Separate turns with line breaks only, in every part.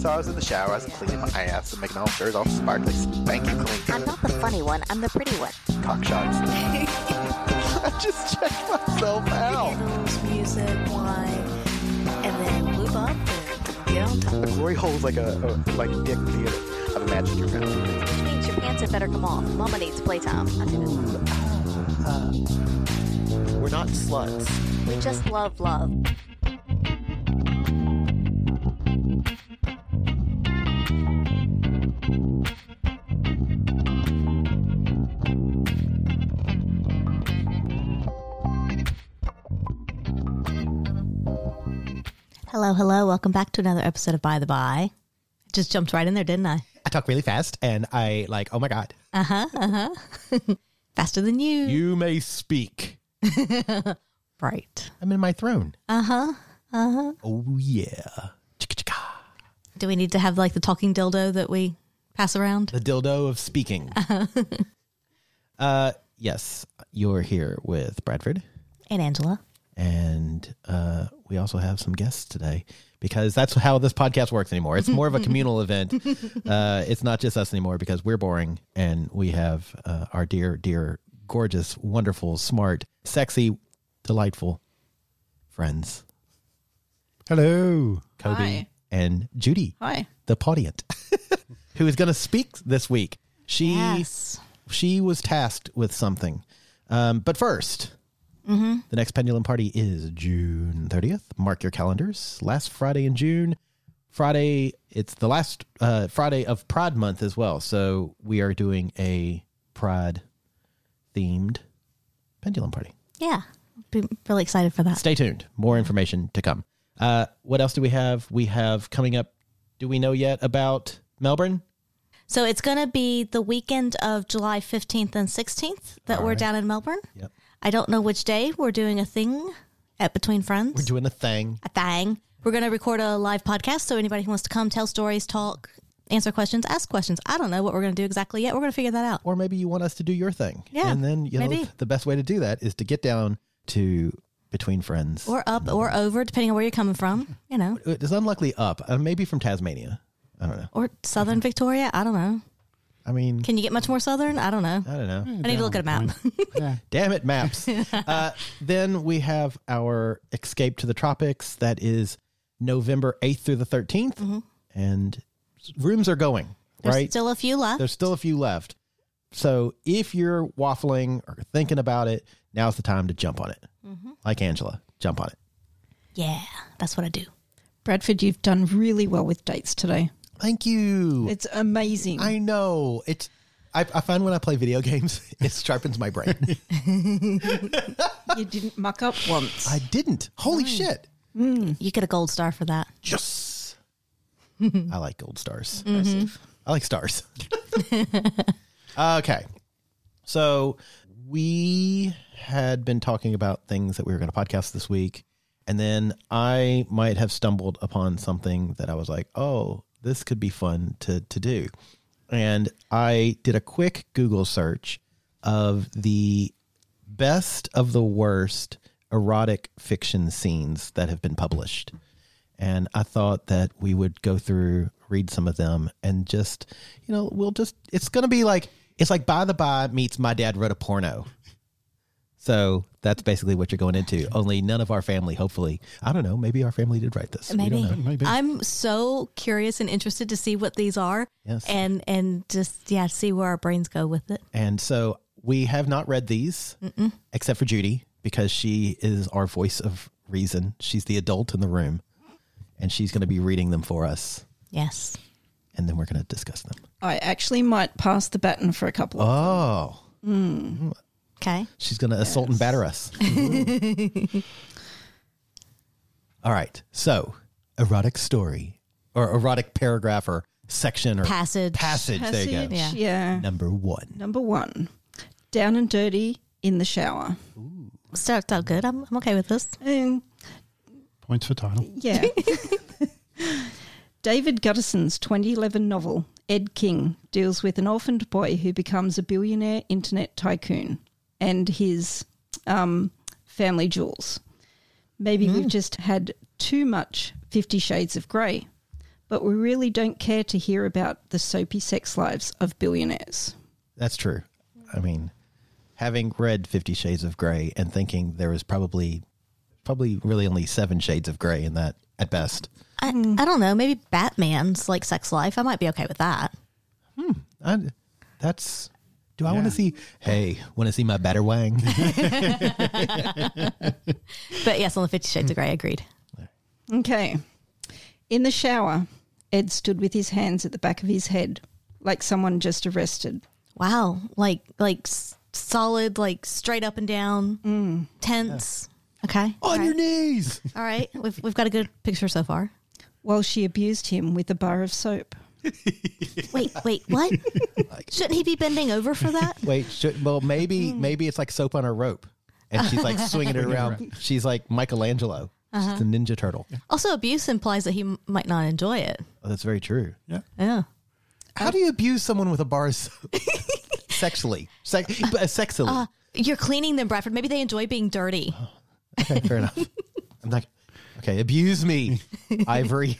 So I was in the shower, I was cleaning my ass and making all dirt all sparkly, spanky
I'm
clean,
not the funny one. I'm the pretty one.
cock shots. I just checked myself out.
Candles, music, wine, and then lube up and get on top.
The glory hole is like a, a like dick theater. I've imagined your mouth.
Which means your pants had better come off. Mama needs playtime. I did it.
We're not sluts.
We just love love.
Hello, hello. Welcome back to another episode of By the By. Just jumped right in there, didn't I?
I talk really fast and I like, oh my God.
Faster than you.
You may speak.
Right.
I'm in my throne. Uh huh. Uh huh. Oh yeah. Chicka-chicka.
Do we need to have like the talking dildo that we pass around?
The dildo of speaking. uh yes, you're here with Bradford.
And Angela.
And uh, we also have some guests today because that's how this podcast works anymore. It's more of a communal event. Uh, it's not just us anymore because we're boring and we have uh, our dear, dear, gorgeous, wonderful, smart, sexy, delightful friends. Hello, Kobe
Hi.
and Judy,
Hi.
the podient, who is going to speak this week. She
Yes.
she was tasked with something. Um, but 1st the next Pendulum Party is June 30th. Mark your calendars. Last Friday in June. Friday, it's the last uh, Friday of Pride Month as well. So we are doing a Pride themed Pendulum Party.
Yeah. Be really excited for that.
Stay tuned. More information to come. Uh, what else do we have? We have coming up, do we know yet about Melbourne?
So it's going to be the weekend of July 15th and 16th that we're down in Melbourne.
Yep.
I don't know which day. We're doing a thing at Between Friends.
We're doing a thing.
a thing. We're going to record a live podcast. So anybody who wants to come, tell stories, talk, answer questions, ask questions. I don't know what we're going to do exactly yet. We're going to figure that out.
or maybe you want us to do your thing.
Yeah,
And then, you know,
maybe.
the best way to do that is to get down to Between Friends.
Or up or over, depending on where you're coming from, you know,
it's unlikely up, uh, maybe from Tasmania. I don't know.
or southern Victoria. I don't know.
I mean,
Can Hmm. you get much more southern? I don't know.
I don't know.
I need to look at a map.
Damn it, maps. uh, then we have our Escape to the Tropics. That is November 8th through the 13th. And rooms are going,
Mm-hmm. There's
right?
still a few left.
There's still a few left. So if you're waffling or thinking about it, now's the time to jump on it.
Mm-hmm.
Like Angela, jump on it.
yeah, that's what I do.
Bradford, you've done really well with dates today.
Thank you.
It's amazing.
I know. It's I, I find when I play video games, it sharpens my brain.
you didn't muck up once.
I didn't. Holy shit.
You get a gold star for that.
Yes. I like gold stars. I like stars. Uh, okay. So we had been talking about things that we were going to podcast this week. And then I might have stumbled upon something that I was like, oh, this could be fun to, to do. And I did a quick Google search of the best of the worst erotic fiction scenes that have been published. And I thought that we would go through, read some of them, and just, you know, we'll just, it's going to be like, it's like By the By meets My Dad Wrote a Porno. So that's basically what you're going into. Only none of our family, hopefully. I don't know. Maybe our family did write this. We
Maybe.
don't know.
I'm so curious and interested to see what these are.
Yes.
And and just yeah, see where our brains go with it.
And so we have not read these except for Judy because she is our voice of reason. She's the adult in the room and she's going to be reading them for us
Yes.
and then we're going to discuss them.
I actually might pass the baton for a couple of
Oh,
Okay.
she's going to assault and batter us. All right. So erotic story or erotic paragraph or section or
Passage.
Passage. There you
Passage,
go.
Yeah.
yeah.
Number one.
Number one, down and dirty in the shower.
Starts out good. I'm, I'm okay with this.
And
Points for title.
yeah. David Gutterson's 2011 novel, Ed King, deals with an orphaned boy who becomes a billionaire internet tycoon and his um, family jewels. Maybe we've just had too much Fifty Shades of Grey, but we really don't care to hear about the soapy sex lives of billionaires.
That's true. I mean, having read Fifty Shades of Grey and thinking there was probably, probably really only seven shades of grey in that at best.
I, I don't know. Maybe Batman's like sex life. I might be okay with that.
I, that's. Do I want to see? Hey, want to see my batter wang?
But yes, on the Fifty Shades of Grey, agreed.
Okay. In the shower, Ed stood with his hands at the back of his head, like someone just arrested.
Wow, like like s- solid, like straight up and down, tense. Okay,
On your knees.
all right. We've we've got a good picture so far.
while she abused him with a bar of soap.
Wait, wait, what? Shouldn't he be bending over for that?
Wait, should, well, maybe maybe it's like soap on a rope, and she's like swinging it around. She's like Michelangelo. She's a Ninja Turtle.
Also, abuse implies that he m- might not enjoy it.
Oh, that's very true.
Yeah.
Yeah.
How do you abuse someone with a bar of soap? sexually, Sex, uh, sexually?
You're cleaning them, Bradford. Maybe they enjoy being dirty.
okay, fair enough. I'm not. Okay, abuse me, Ivory.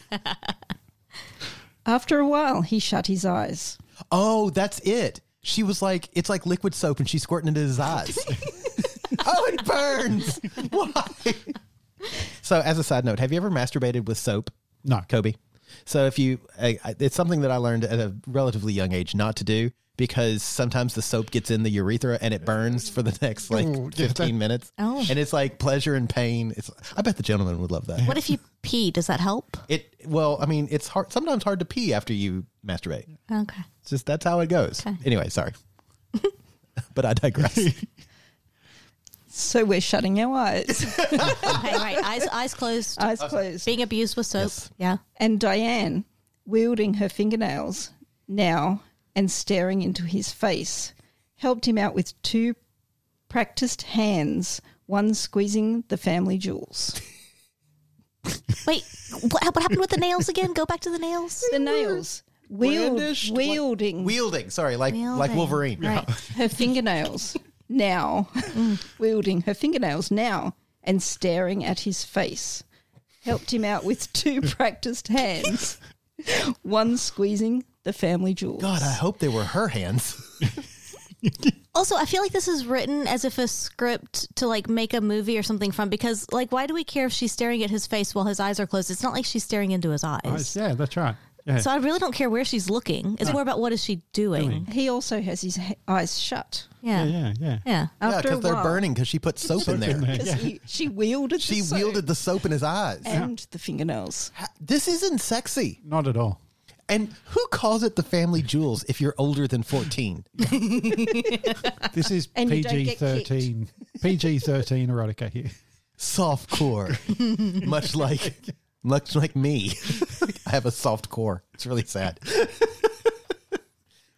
After a while, he shut his eyes.
Oh, that's it. She was like, it's like liquid soap, and she's squirting it into his eyes. oh, it burns. Why? So, as a side note, have you ever masturbated with soap?
No.
Kobe. So if you, I, I- it's something that I learned at a relatively young age not to do because sometimes the soap gets in the urethra and it burns for the next like
Oh, yeah, that-
15 minutes.
Oh.
And it's like pleasure and pain. It's, I bet the gentleman would love that.
What if you pee? Does that help?
It, well, I mean, it's hard, sometimes hard to pee after you masturbate.
Okay.
It's just, that's how it goes. Anyway, sorry. but I digress.
So we're shutting our eyes,
Okay, right. Eyes eyes closed.
eyes closed.
being abused with soap. Yeah.
And Diane, wielding her fingernails now and staring into his face, helped him out with two practiced hands, one squeezing the family jewels.
Wait, what, what happened with the nails again? Go back to the nails.
The nails. Wield,
Brandished, like-
wielding
Wielding, sorry, like like
Wielding.
Wolverine.
Right.
her fingernails now, wielding her fingernails now and staring at his face, helped him out with two practiced hands, one squeezing the family jewels.
God, I hope they were her hands.
Also, I feel like this is written as if a script to like make a movie or something from because like why do we care if she's staring at his face while his eyes are closed? It's not like she's staring into his eyes.
Eyes. Yeah, that's right. Yeah.
So I really don't care where she's looking. It's more about what is she doing.
He also has his he- eyes shut.
Yeah.
yeah,
Yeah.
yeah, yeah.
Yeah,
After a
because they're
while-
burning because she put soap in there.
'Cause he- she wielded
She
the soap
wielded the soap in his eyes.
and the fingernails.
This isn't sexy.
Not at all.
And who calls it the family jewels if you're older than 14?
This is
And you don't
PG
get kicked.
thirteen. PG thirteen erotica here.
Soft core. much like much like me. I have a soft core. It's really sad.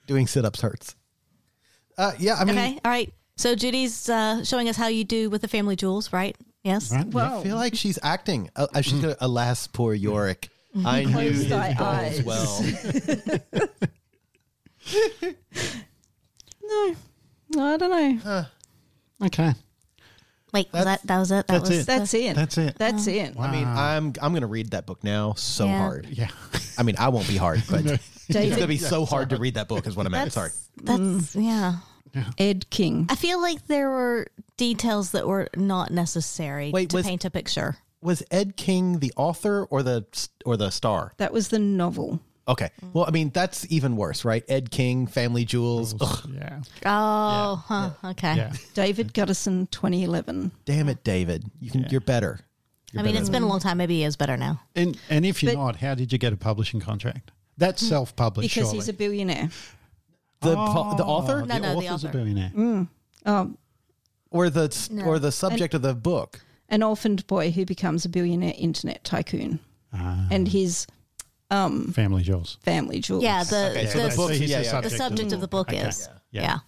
Doing sit-ups hurts. Uh, yeah, I mean
Okay. All right. So Judy's uh, showing us how you do with the family jewels, right? Yes.
Right?
I feel like she's acting. Uh, uh, she's gonna, alas, poor Yorick. I knew
Close
his
thy
balls
eyes.
well.
No, I don't know.
Uh,
Okay.
Wait, was that that was it. That was
that's it.
That's it.
That's it.
That's it.
I mean, I'm I'm gonna read that book now so
Yeah.
hard.
Yeah.
I mean, I won't be hard, but it's gonna
David
be so hard to read that book. Is what I meant. Sorry. Mm.
That's yeah.
Ed King.
I feel like there were details that were not necessary
Wait,
to
was-
paint a picture.
Was Ed King the author or the or the star?
That was the novel.
Okay. Well, I mean, that's even worse, right? Ed King, Family Jewels. Ugh,
Yeah.
Oh, huh. Okay.
Yeah.
David Gutterson, 2011.
damn it, David. You can. You're better. You're
I mean,
better
it's been
than-
a long time. Maybe he is better now.
And and if you're
But-
not, how did you get a publishing contract? That's
Mm-hmm.
self published.
Because
surely.
he's a billionaire.
the po- the author
No, no, the
author's a
author.
billionaire.
Um,
or the s- or the subject of the book.
an orphaned boy who becomes a billionaire internet tycoon. and his
Family Jaws.
family jewels.
Yeah, the
Okay, so
the,
the book-
So he's
yeah,
the
yeah,
the
okay.
subject of the book
Okay.
is.
Yeah.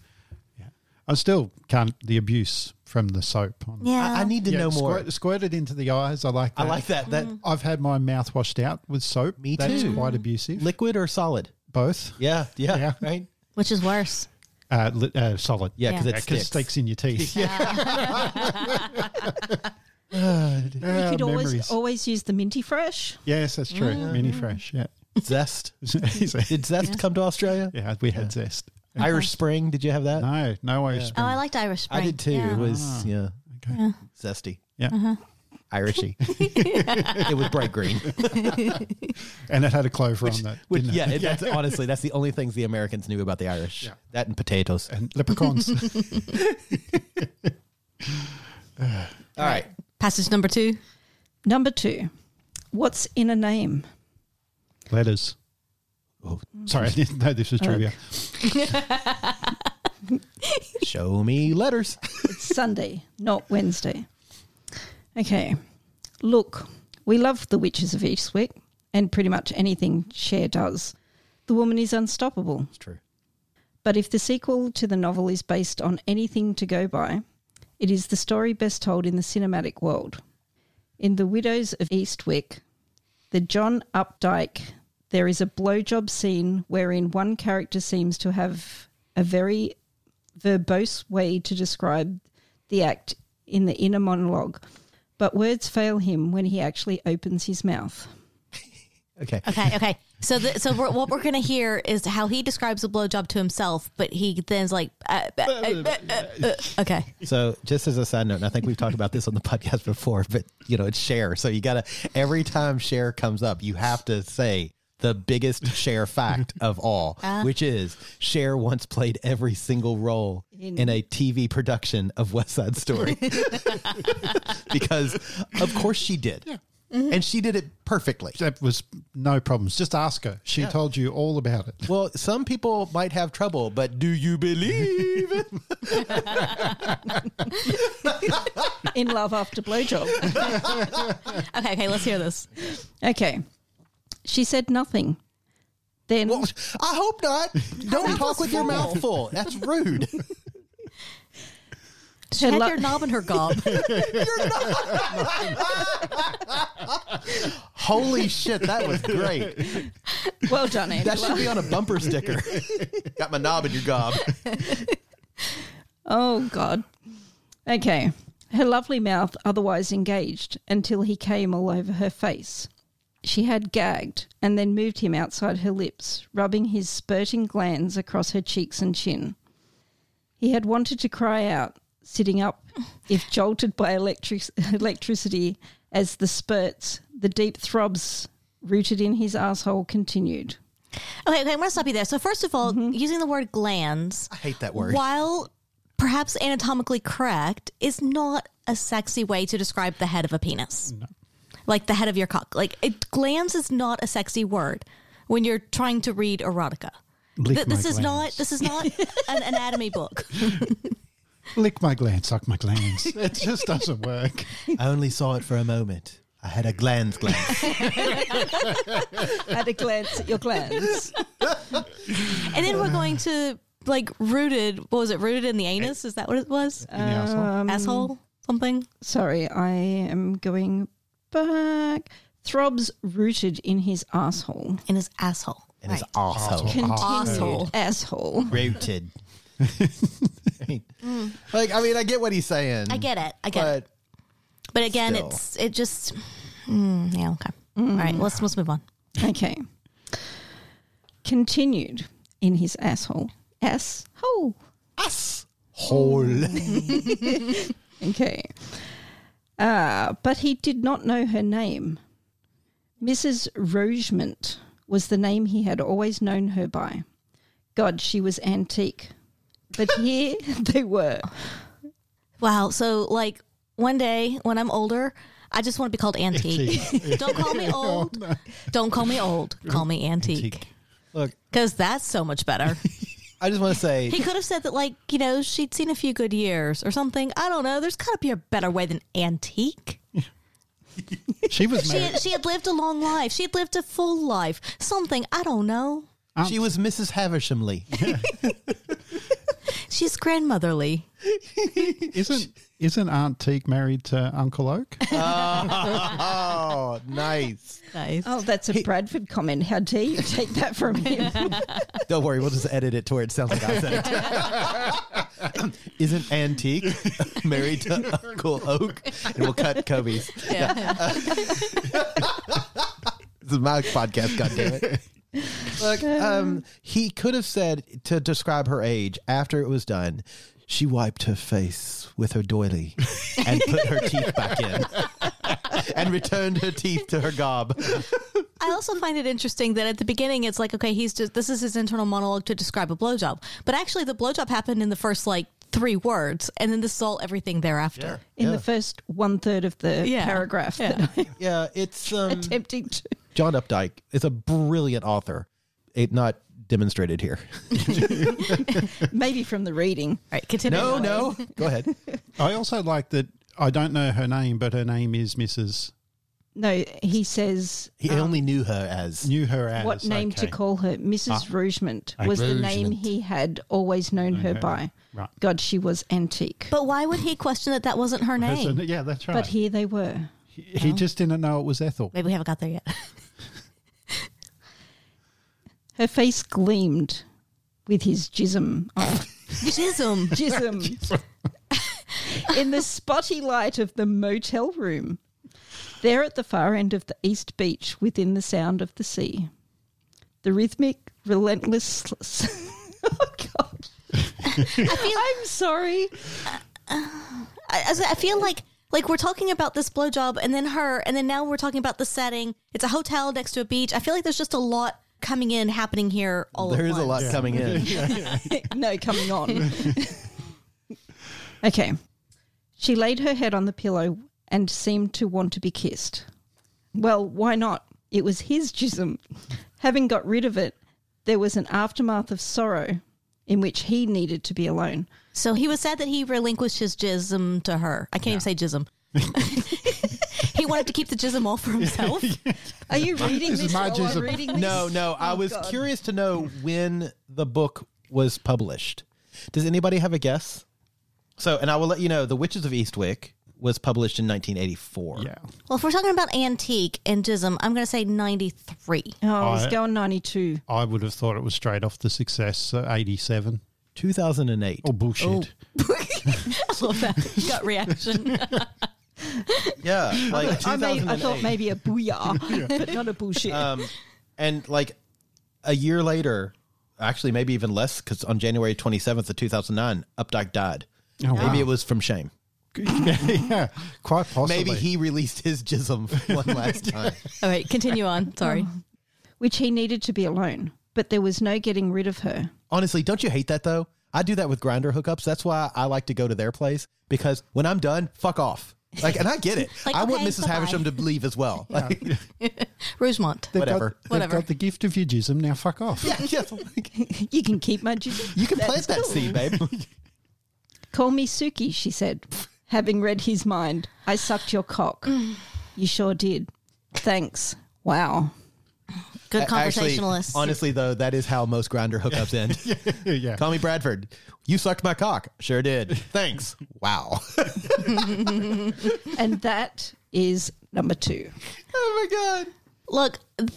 Yeah.
I still can't the abuse from the soap. On,
Yeah.
I, I need to
Yeah,
know more.
Squirt, squirted into the eyes. I like. That.
I like that. That
I've had my mouth washed out with soap.
Me
That's
too.
quite abusive.
liquid or solid?
Both.
Yeah, yeah,
Yeah.
right.
Which is worse.
Uh, li- uh, solid.
Yeah, because
Yeah.
it
because
sticks.
it sticks in your teeth.
you
Ah,
could always
memories.
always use the minty fresh.
Yes, that's true. Mini fresh. Yeah.
Zest.
yeah,
Did Zest come to Australia?
we had zest.
Irish Spring. Did you have that?
No, no Irish
Oh,
spring.
I liked Irish Spring.
Mm. I did too. It was yeah,
Okay.
zesty,
Yeah.
Irishy. it was bright green.
And it had a clover on that.
Which,
didn't it?
yeah, it- that's honestly that's the only things the Americans knew about the Irish. That and potatoes.
And leprechauns.
All right.
Passage number two.
Number two, what's in a name?
Letters. Oh, sorry, I didn't know this was trivia.
Show me letters.
It's Sunday, not Wednesday. Okay, look, we love the witches of Eastwick and pretty much anything Cher does. The woman is unstoppable.
It's true.
But if the sequel to the novel is based on anything to go by, it is the story best told in the cinematic world. In The Widows of Eastwick, the John Updike, there is a blowjob scene wherein one character seems to have a very verbose way to describe the act in the inner monologue, but words fail him when he actually opens his mouth.
Okay.
Okay, okay. So, the, so we're, what we're gonna hear is how he describes a blowjob to himself, but he then's like, uh, uh, uh, uh, uh, okay,
So, just as a side note, and I think we've talked about this on the podcast before, but you know, it's share. So, you got to, every time share comes up, you have to say the biggest share fact of all, which is share once played every single role in, a TV production of West Side Story. because, of course, she did. Mm-hmm. And she did it perfectly.
That was no problems. Just ask her. She told you all about it.
Well, some people might have trouble, but do you believe it?
In love after blowjob.
okay, okay. Let's hear this.
Okay. She said nothing. Then
Well, I hope not. Don't talk with your mouth full. That's rude.
She
Her
had
lo-
your knob in her gob.
Holy shit, that was great.
Well done,
That
Angela.
should be on a bumper sticker. Got my knob in your gob.
oh, God. Okay. Her lovely mouth otherwise engaged until he came all over her face. She had gagged and then moved him outside her lips, rubbing his spurting glands across her cheeks and chin. He had wanted to cry out, sitting up, if jolted by electric- electricity, as the spurts, the deep throbs rooted in his asshole continued.
Okay, okay. I'm gonna stop you there. So, first of all, using the word glands,
I hate that word.
while perhaps anatomically correct, is not a sexy way to describe the head of a penis. Like the head of your cock. Like it, glands is not a sexy word when you're trying to read erotica.
Lick
Th-
my
this is not
glands.
this is not an anatomy book.
Lick my glands, suck my glands. it just doesn't work.
I only saw it for a moment. I had a glance glance.
At a glance at your glands.
And then we're going to like rooted. What was it? Rooted in the anus? Is that what it was?
In the asshole.
Um, Asshole? Something?
Sorry, I am going back. Throbs rooted in his asshole.
In his asshole.
And his asshole.
Continued
Asshole.
asshole.
Rooted. like, I mean, Mm. I get what he's saying.
I get it. I get it. But again,
Still.
it's it just mm, yeah okay. All right, let's let's move on.
Okay. Continued in his asshole. Asshole.
Ass. Hole.
Okay. Uh, but he did not know her name. Mrs. Rogemont was the name he had always known her by. God, she was antique. But here they were.
Wow. So like one day when I'm older, I just want to be called antique. Don't call me old. Don't call me old. Call me antique.
Look,
Because that's so much better.
I just want to say
He could have said that, like, you know, she'd seen a few good years or something. I don't know. There's got to be a better way than antique.
She was
She
married.
had, she had lived a long life. She had lived a full life. Something I don't know.
She was Mrs. Havishamly.
She's grandmotherly.
Isn't isn't Aunt Teague married to Uncle Oak?
oh, nice.
Nice.
Oh, that's a Bradford comment. How dare you take that from him?
Don't worry, we'll just edit it to where it sounds like I said it. Isn't Antique married to Uncle Oak? And we'll cut Kobe's.
Yeah.
This is my podcast, goddammit. Look, um, he could have said to describe her age after it was done, she wiped her face with her doily and put her teeth back in and returned her teeth to her gob.
I also find it interesting that at the beginning it's like, okay, he's just this is his internal monologue to describe a blowjob, but actually the blowjob happened in the first like three words, and then this is all everything thereafter.
In the first one third of the
Yeah.
paragraph
Yeah.
that I'm
Yeah, it's um,
attempting to.
John Updike is a brilliant author. It not demonstrated here.
Maybe from the reading.
Right. Continue.
No, no. Go ahead.
I also like that I don't know her name, but her name is Mrs.
No, he says
He only knew her as
Knew her as
what name to
okay.
call her. Mrs. Rougemont
Ah,
was the name
Rougemont.
he had always known her
her.
by.
Right.
God, she was antique. But,
But why would he question that that wasn't her
That's
name?
a- yeah, that's right. he,
here they were.
he just didn't know it was Ethel.
Maybe we haven't got there yet.
Her face gleamed with his jism. Oh,
Jism.
jism. In the spotty light of the motel room. There at the far end of the East Beach, within the sound of the sea. The rhythmic, relentless. sl- s- oh, God. I'm sorry.
I, I- I feel like like we're talking about this blowjob and then her and then now we're talking about the setting. It's a hotel next to a beach. I feel like there's just a lot coming in happening here all
there
at
is a lot
once.
coming in.
no, coming on. okay. She laid her head on the pillow and seemed to want to be kissed. Well, why not? It was his jism. Having got rid of it, there was an aftermath of sorrow in which he needed to be alone.
So he was sad that he relinquished his jism to her. I can't even say jism. he wanted to keep the jism all for himself.
Are you reading
This
this?
is my
while I'm
jism.
reading this? Oh,
No, no. I was
God.
curious to know when the book was published. Does anybody have a guess? So, and I will let you know The Witches of Eastwick was published in 1984.
Yeah.
Well, if we're talking about antique and jism, I'm going to say 93.
Oh, I was
I-
going 92.
I would have thought it was straight off the success, uh, 87.
2008.
Oh, bullshit.
I love that gut reaction.
Yeah. Like 2008.
I, made, I thought maybe a booyah, but not a bullshit.
Uh,
um, and like a year later, actually, maybe even less, because on January 27th of 2009, Updike died.
Oh,
Maybe
wow.
it was from shame.
yeah, quite possibly.
Maybe he released his jism one last time.
all right, continue on. Sorry.
which he needed to be alone, but there was no getting rid of her.
Honestly, don't you hate that though? I do that with grinder hookups. That's why I like to go to their place because when I'm done, fuck off. Like, and I get it.
Like,
I want
okay,
Mrs.
bye-bye.
Havisham to leave as well. Like,
Rougemont.
They've
whatever.
Got, they've
Whatever.
got the gift of eugism. Now fuck off.
yeah, yeah, like,
You can keep my jism.
you can plant
That's
that
cool.
seed, babe.
Call me Suki, she said, having read his mind. I sucked your cock. you sure did. Thanks. Wow.
Good
Actually,
conversationalist.
honestly, though, that is how most grinder hookups end.
yeah.
Call me Bradford. You sucked my cock. Sure did. Thanks. Wow.
And that is number two.
oh my god.
Look, th-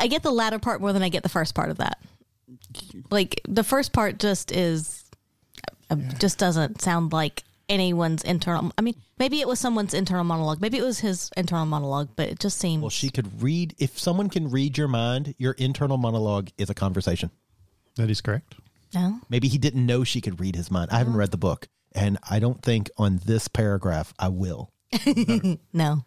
I get the latter part more than I get the first part of that. Like the first part just is uh, just doesn't sound like anyone's internal. I mean, maybe it was someone's internal monologue. Maybe it was his internal monologue, but it just seemed
Well, she could read. If someone can read your mind, your internal monologue is a conversation.
That is correct.
no.
Maybe he didn't know she could read his mind. I haven't read the book, and I don't think on this paragraph I will.
No. No.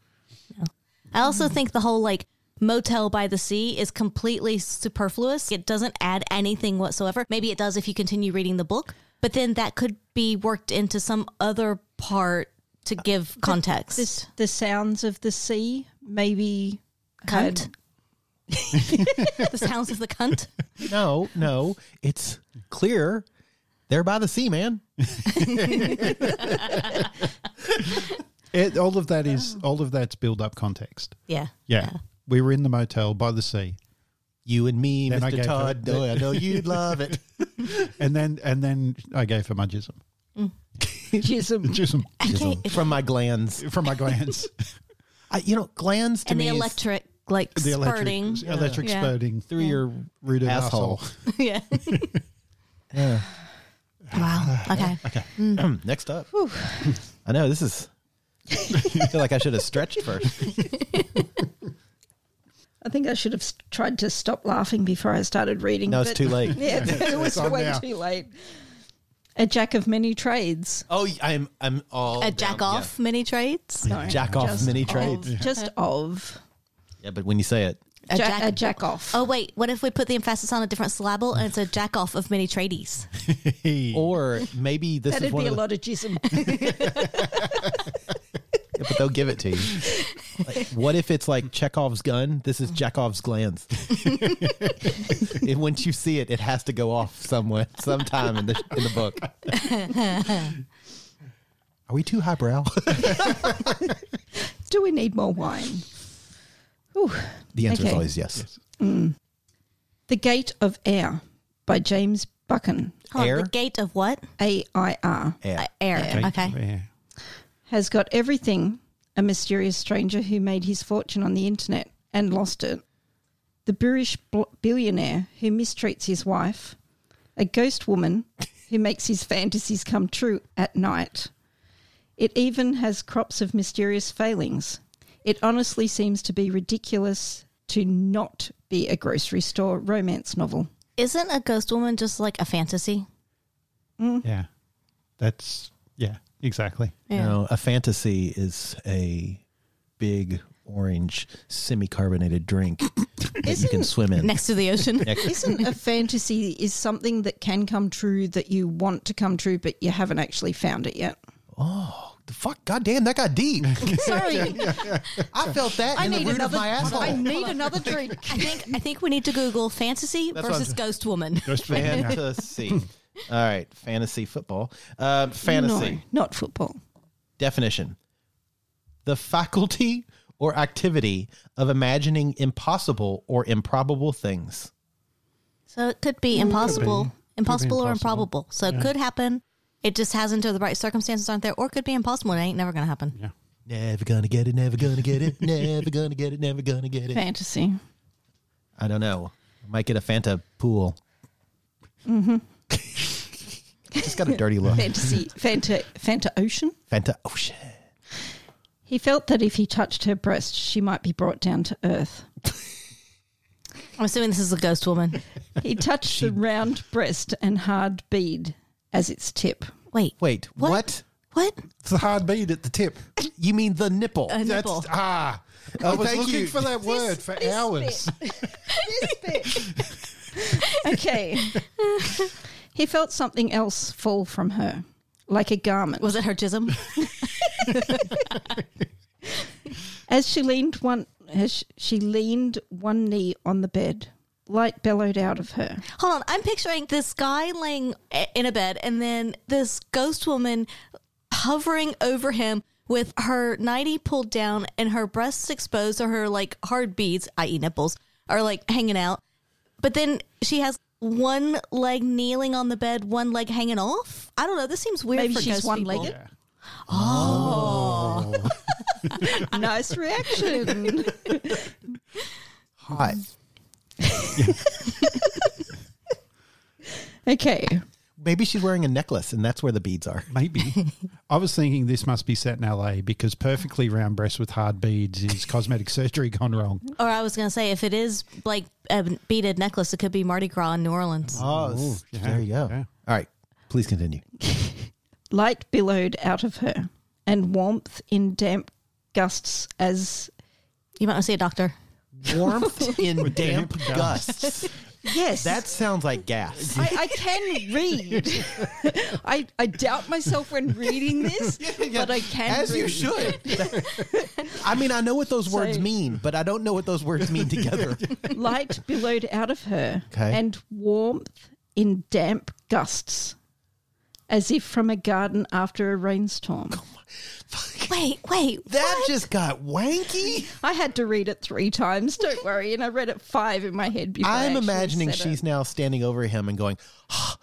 I also think the whole like motel by the sea is completely superfluous. It doesn't add anything whatsoever. Maybe it does if you continue reading the book, but then that could be worked into some other part to give context.
This, the sounds of the sea, maybe.
cunt. the sounds of the cunt.
No, no, it's clear. They're by the sea, man.
It, all of that is all of that's build up context.
Yeah.
Yeah. We were in the motel by the sea.
You and me,
Then I
Mr.
gave
Todd.
her-
No, I know you'd love it.
And then and then I gave her my jism.
Jism.
Jism.
Mm. Okay.
From my glands.
From my glands.
I, you know, glands to
And
me
the
is
electric like
the
spurting.
electric electric
Yeah.
spurting
through your
rooted
Asshole.
asshole.
yeah.
Uh,
Wow. Okay.
next up. I know this is. I feel like I should have stretched first.
I think I should have s- tried to stop laughing before I started reading.
Now it's
but-
too late.
Yeah, it was
on
way
now.
too late. A jack of many trades.
Oh, I'm I'm all
A
down,
jack
yeah.
off mini trades.
No,
Jack off
just
mini
of-
trades.
Just of.
Yeah, but when you say it,
A
Jack-
jack-
a jack off.
Oh wait, what if we put the emphasis on a different syllable and it's a jack off of mini tradies?
or maybe this is
That'd
one
be a
of the,
lot of jism.
yeah, but they'll give it to you. Like, what if it's like Chekhov's gun? This is Chekhov's glance. and once you see it, it has to go off somewhere, sometime in the in the book. Are we too highbrow?
Do we need more wine? Ooh.
the answer is
Okay.
always yes.
The Gate of Air by James Buchan,
Hold
Air?
on, the gate of what?
A I R,
Yeah.
Uh, air. Okay.
Yeah.
has got everything a mysterious stranger who made his fortune on the internet and lost it, the boorish bl- billionaire who mistreats his wife, a ghost woman who makes his fantasies come true at night. It even has crops of mysterious failings. It honestly seems to be ridiculous to not be a grocery store romance novel.
Isn't a ghost woman just like a fantasy? Mm.
Yeah. That's yeah, exactly.
No, a fantasy is a big orange semi-carbonated drink that you can
Isn't-
swim in.
Next to the ocean.
Isn't a fantasy is something that can come true that you want to come true, but you haven't actually found it yet?
The fuck, goddamn, that got deep.
Sorry.
I felt that in the root of my asshole.
I need another drink.
I think I think we need to Google fantasy
what
versus
I'm-
ghost woman.
fantasy. All right, fantasy football. Um, fantasy
No, not football.
definition: the faculty or activity of imagining impossible or improbable things.
So it Mm, could be impossible, impossible or
impossible.
improbable. So it could happen. It just hasn't, or the right circumstances aren't there, or it could be impossible. and It ain't never gonna happen.
Yeah.
Never gonna get it. Never gonna get it. never gonna get it. Never gonna get it.
Fantasy.
I don't know. Might get a Fanta pool. Mm-hmm. Just got a dirty look.
Fantasy. Fanta, Fanta Ocean.
Fanta. Oh shit.
He felt that if he touched her breast, she might be brought down to earth.
I'm assuming this is a ghost woman.
He touched the round breast and hard bead as its tip.
Wait,
Wait. What?
what?
It's the hard bead at the tip.
You mean the nipple?
A nipple.
That's ah. I
Oh,
was
thank
looking
you.
for that word for hours.
Okay. he felt something else fall from her, like a garment.
Was it her chism?
As she leaned one, as sh- she leaned one knee on the bed, light bellowed out of her.
Hold on, I'm picturing this guy laying i- in a bed, and then this ghost woman hovering over him with her nightie pulled down and her breasts exposed, or her like hard beads, i.e., nipples, are like hanging out. But then she has one leg kneeling on the bed, one leg hanging off. I don't know. This seems weird.
Maybe
for
she's
ghost
one-legged. Oh.
people.
nice reaction.
Hot.
okay.
Maybe she's wearing a necklace, and that's where the beads are.
Maybe. I was thinking this must be set in LA because perfectly round breasts with hard beads is cosmetic surgery gone wrong.
Or I was gonna say, if it is like a beaded necklace, it could be Mardi Gras in New Orleans.
Oh,
s- yeah,
there you go.
yeah.
All right. Please continue.
Light billowed out of her, and warmth in damp gusts as
You might want to see a doctor.
Warmth in damp
damp
gusts.
yes.
That sounds like gas.
I, I can read. I, I doubt myself when reading this, but I can.
As you
read.
should. I mean, I know what those words
So-
mean, but I don't know what those words mean together.
Light billowed out of her,
Okay.
and warmth in damp gusts, as if from a garden after a rainstorm.
Wait, wait.
That
what?
just got wanky.
I had to read it three times. Don't worry, and I read it five in my head before. I
I'm
actually
imagining
said
she's
it.
now standing over him and going, "Ah,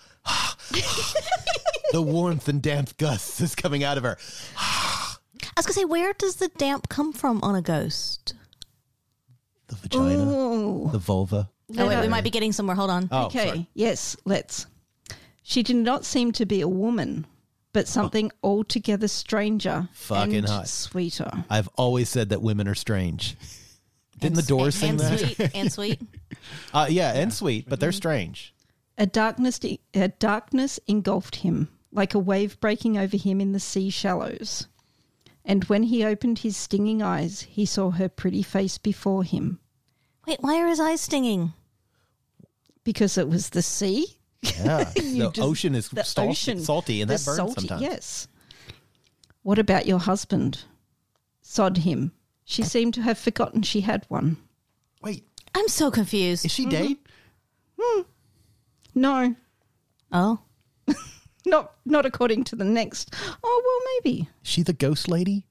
the warmth and damp gusts is coming out of her.
I was gonna say, where does the damp come from on a ghost?
The vagina, the vulva.
Oh wait, we might be getting somewhere. Hold on.
Oh,
okay.
sorry.
Yes, let's. She did not seem to be a woman, but something altogether stranger,
Oh. Fucking
and
hot.
sweeter.
I've always said that women are strange. Didn't the doors sing
and,
that?
sweet Mm-hmm. and sweet.
Uh, yeah, and sweet, but they're strange.
A darkness, a darkness engulfed him, like a wave breaking over him in the sea shallows. And when he opened his stinging eyes, he saw her pretty face before him,
Wait, why are his eyes stinging?
because it was the sea.
Yeah, the
just-
ocean is
the
salty,
ocean,
salty, and
the
that burns
salty-
sometimes.
Yes. What about your husband? Sod him. She seemed to have forgotten she had one.
Wait,
I'm so confused.
is she dead?
No,
oh,
not not according to the next. Oh well, maybe.
Is she the ghost lady?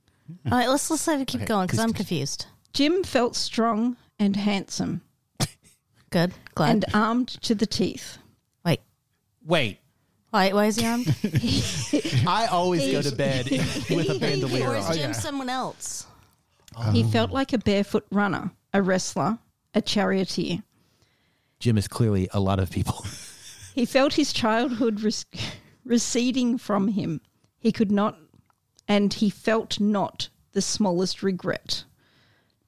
Hmm.
all right. Let's let's let it keep going because I'm confused.
Jim felt strong and handsome
Good, glad.
and armed to the teeth.
wait,
Wait,
why why is he armed?
I always go to bed with a bandolier
or is
on.
Jim someone else?
He felt like a barefoot runner, a wrestler, a charioteer.
Jim is clearly a lot of people.
He felt his childhood res- receding from him. He could not, and he felt not the smallest regret.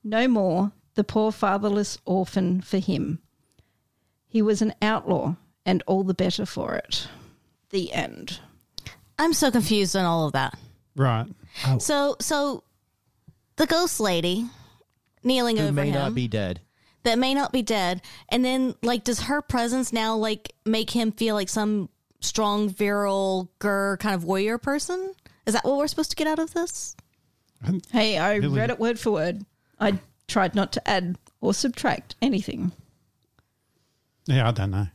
No more the poor fatherless orphan for him. He was an outlaw and all the better for it. The end.
I'm so confused on all of that.
Right.
So so, the ghost lady kneeling
Who
over
may
him
not be dead.
that may not be dead, and then like, does her presence now like make him feel like some strong, virile, gur kind of warrior person? Is that what we're supposed to get out of this?
Hey, I read it word for word. I tried not to add or subtract anything.
Yeah, I don't know.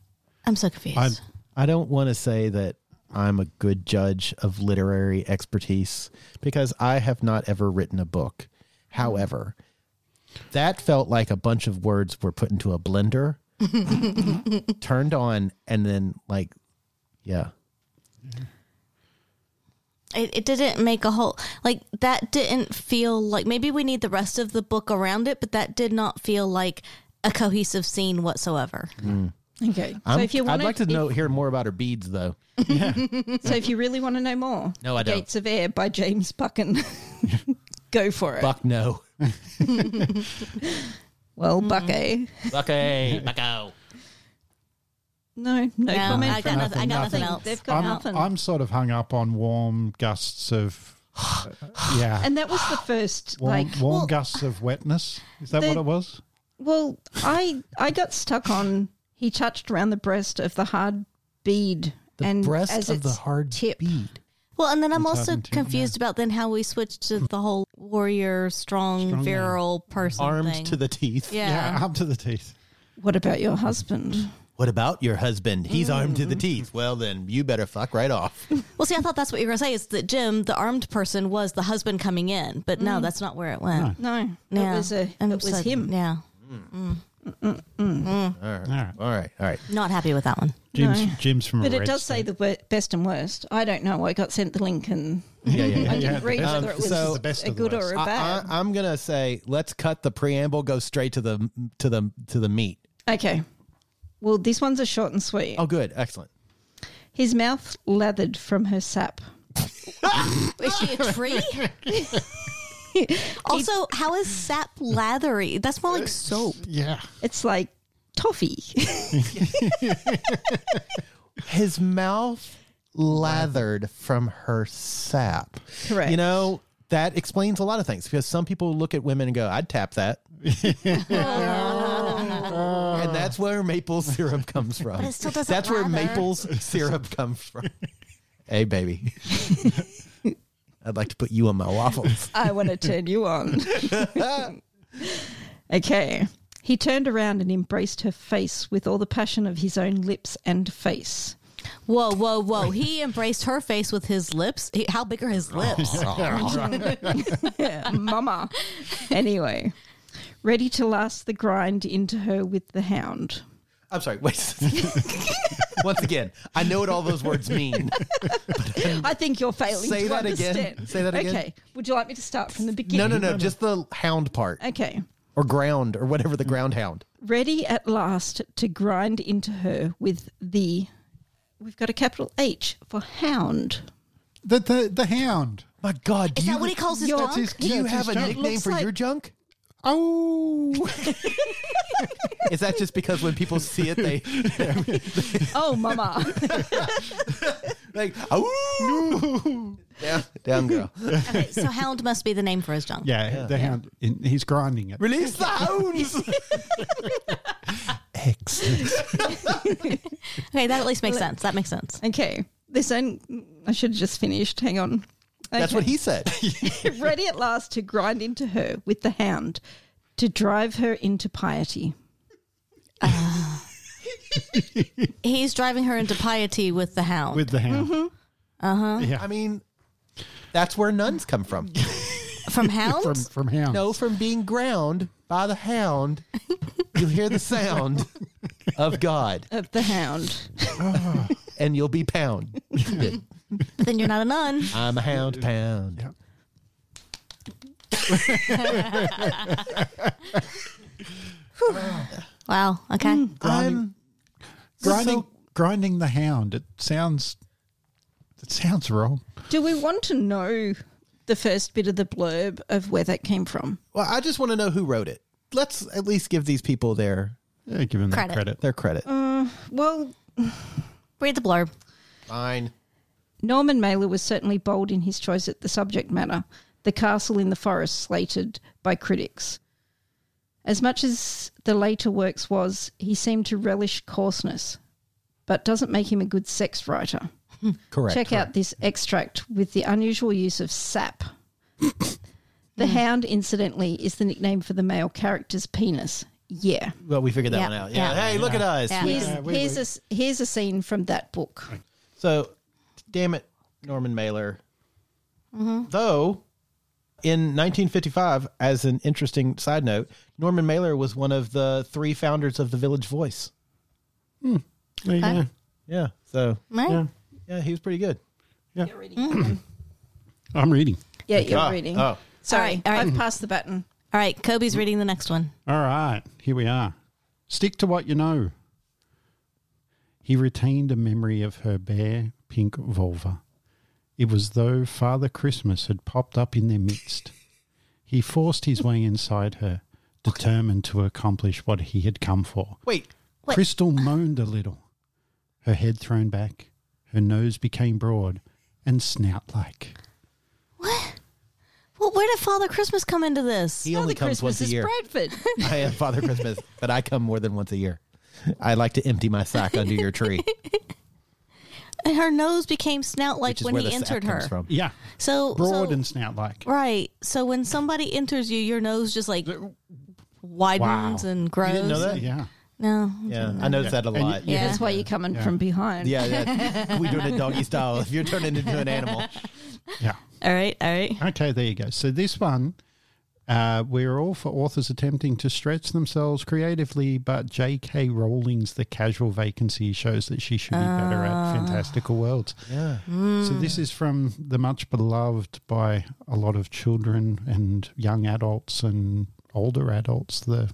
I'm so confused.
I
I don't want to say that I'm a good judge of literary expertise because I have not ever written a book. However, that felt like a bunch of words were put into a blender, turned on, and then, like, yeah.
it, it didn't make a whole like that didn't feel like maybe we need the rest of the book around it but that did not feel like a cohesive scene whatsoever
Okay.
I'm-
so if you
I'd
want
like to know, hear more about her beads, though.
so if you really want to know more,
No, I don't.
Gates of Air by James Buchan. Go for it.
Buck, no.
Well,
Mm.
Bucky.
Bucky, Bucko.
No, no,
No,
comment.
I got
from-
nothing- I got nothing else.
They've got
I'm,
nothing.
I'm sort of hung up on warm gusts of. uh, yeah.
and that was the first,
warm
like,
warm
well,
gusts of wetness. Is that
the-
what it was?
well, I I got stuck on. He touched around the breast of the hard bead,
The
and
breast
as
of the
its
hard
tip,
bead.
well and then i'm
What's
also
happened to-
confused about then how we switched to the whole warrior strong,
Strong man.
virile person
Armed
thing.
to the teeth.
yeah,
Uh, up to the teeth.
What about your husband?
What about your husband? He's armed
Mm.
to the teeth. Well, then you better fuck right off.
well see i thought that's what you were gonna say is that jim the armed person was the husband coming in but no that's not where it went
No,
yeah.
it was a,
I'm
it was
so-
him.
yeah
All right.
All right, all right.
not happy with that one
Jim's, Jim's from a
But it
red
does say
state.
the wor- best and worst. I don't know. I got sent the link and
Yeah, yeah, yeah.
I didn't read
best- Um,
whether it was
so-
the best
a
of the
good or a
worst.
I,
bad.
I, I'm gonna say let's cut the preamble, go straight to the to the to the meat.
okay. Well, these ones are short and sweet.
Oh, good, excellent.
His mouth lathered from her sap.
Is she a tree? also, how is sap lathery? That's more like soap.
Oh, Yeah.
It's like toffee.
His mouth lathered from her sap.
Correct.
You know that explains a lot of things because some people look at women and go, "I'd tap that," and that's where maple syrup comes from.
it still doesn't
that's where
lather.
maple syrup comes from. hey, baby. I'd like to put you on my waffles.
I want to turn you on. okay. He turned around and embraced her face with all the passion of his own lips and face.
Whoa, whoa, whoa. He embraced her face with his lips. He, how big are his lips?
Mama. Anyway, ready to last the grind into her with the hound.
I'm sorry. Wait. Once again, I know what all those words mean.
I think you're failing
Say
to
that again.
understand.
Say that again.
Okay. Would you like me to start from the
No,
beginning?
no, no. Just the hound part
Okay.
or ground or whatever the ground hound.
Ready at last to grind into her with the. We've got a capital H for hound.
The, the, the hound.
My God. Do
Is
you,
that what he calls his
Yo,
dog?
it's-
do
Yeah,
you
it's
have
his
a
junk.
nickname
Looks
for
like-
your junk?
Oh.
Is that just because when people see it, they
Oh, mama.
like, oh, down, down, girl.
Okay, so hound must be the name for his junk.
Yeah, the hound. In, he's grinding it.
Release the hounds.
Excellent.
Okay, that at least makes sense. That makes sense.
okay. This own. I should have just finished. Hang on.
That's
Okay.
what he said.
ready at last to grind into her with the hound, to drive her into piety.
He's driving her into piety with the hound.
With the hound. Mm-hmm. Uh-huh.
I mean, that's where nuns come from.
From hounds?
From, from hound.
No, from being ground by the hound, you'll hear the sound of God
Of the hound.
and you'll be pound.
But then you're not a nun.
I'm a hound pound.
Wow. Okay.
Hmm.
I'm
grinding,
So-
grinding the hound. It sounds. It sounds wrong.
Do we want to know the first bit of the blurb of where that came from?
well, I just want to know who wrote it. Let's at least give these people their
Yeah, give him that
Credit.
credit.
their credit.
Well,
Read the blurb.
Fine.
Norman Mailer was certainly bold in his choice at the subject matter, the castle in the forest slated by critics. As much as the later works was, he seemed to relish coarseness, but doesn't make him a good sex writer.
Correct.
Check out this extract with the unusual use of sap. the hound, incidentally, is the nickname for the male character's penis. Yeah.
Well, we figured that
Yeah,
one out. Yeah.
yeah.
hey, look at us.
Yeah.
We-
Here's,
we-
here's, a, s- here's a scene from that book.
So, damn it, Norman Mailer. Though, in 1955, as an interesting side note, Norman Mailer was one of the three founders of the Village Voice.
There you go.
Yeah. So,
Right?
yeah, he was pretty good.
I'm reading.
Yeah, you're
Ah,
reading.
oh.
Sorry,
All right, all right.
I've passed the button.
All right. Kobe's reading the next one.
All right, here we are. Stick to what you know. He retained a memory of her bare pink vulva. It was though Father Christmas had popped up in their midst. He forced his way inside her, determined to accomplish what he had come for.
Wait,
Wait.
Crystal moaned a little, her head thrown back, her nose became broad and snout like.
What? Well, where did Father Christmas come into this?
he only comes once a
is
year.
Bradford.
I am Father Christmas, but I come more than once a year. I like to empty my sack under your tree,
And her nose became snout like
which is
when
where
he
the sack
entered her.
comes from.
Yeah,
So
broad
so-
and snout like.
right. So when somebody enters you, your nose just like widens and grows.
didn't know that?
Yeah.
No.
Yeah, I notice that a
And you-
lot.
Yeah.
That's why you're coming from behind.
Yeah, yeah. we doing it doggy style. If you're turning into an animal,
Yeah.
All right. All right.
Okay, there you go. So this one, uh, we're all for authors attempting to stretch themselves creatively, but J.K. Rowling's The Casual Vacancy shows that she should be better at
Ah.
fantastical worlds.
yeah, Hmm.
So this is from the much beloved by a lot of children and young adults and older adults, the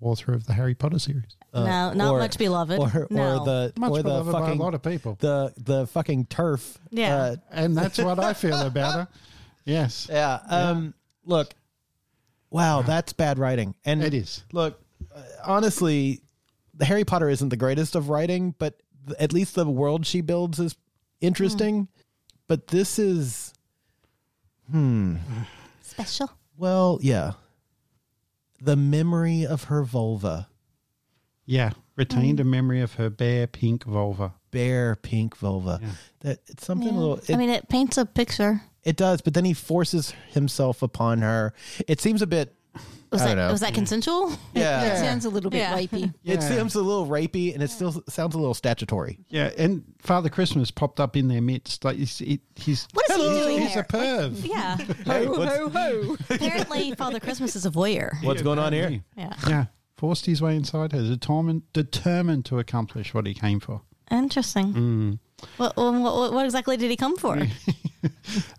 author of the Harry Potter series.
no, not
Uh, or-
much beloved.
or
no.
or the
Much
or the
beloved by a
fucking
lot of people.
the the fucking turf.
Yeah.
uh,
And that's what I feel about her. Yes.
yeah. Um, look, wow, that's bad writing, and
It is.
Look, uh, honestly, the Harry Potter isn't the greatest of writing, but th- at least the world she builds is interesting.
Hmm.
But this is
special.
well, yeah. The memory of her vulva,
Yeah. Retained
Hmm.
a memory of her bare pink vulva.
bare pink vulva. That it's something a little. It,
I mean, it paints a picture.
it does, but then he forces himself upon her. It seems a bit
Was
I
that
don't know. Mm.
was that consensual?
Yeah.
That sounds a little bit
Yeah.
rapey.
It seems a little rapey and it still sounds a little statutory.
Yeah, and Father Christmas popped up in their midst. Like he's, he- he's
What is he
Hello,
doing
He's
there?
a perv.
Yeah.
Hey, what's,
Apparently, Father Christmas is a voyeur.
what's going on here?
Yeah.
Yeah, forced his way inside her, determined determined to accomplish what he came for.
Interesting.
Mm.
What, what, what, what exactly did he come for?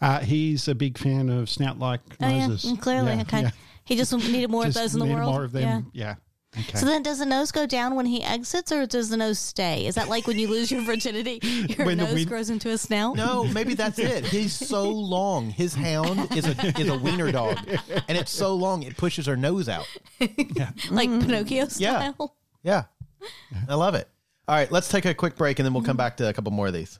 Uh, he's a big fan of snout like
Oh, yeah.
noses.
Mm, Clearly.
Yeah,
okay.
yeah.
He just needed more
Just
of those in the
need
world.
More of them. Yeah. Okay.
Yeah. So then, does the nose go down when he exits, or does the nose stay? Is that like when you lose your virginity, your
When the
nose
wind-
grows into a snout?
No, maybe that's it. He's so long. His hound is a is a wiener dog, and it's so long it pushes her nose out.
like
Mm.
Pinocchio
Yeah.
style.
Yeah, I love it. All right, let's take a quick break, and then we'll come back to a couple more of these.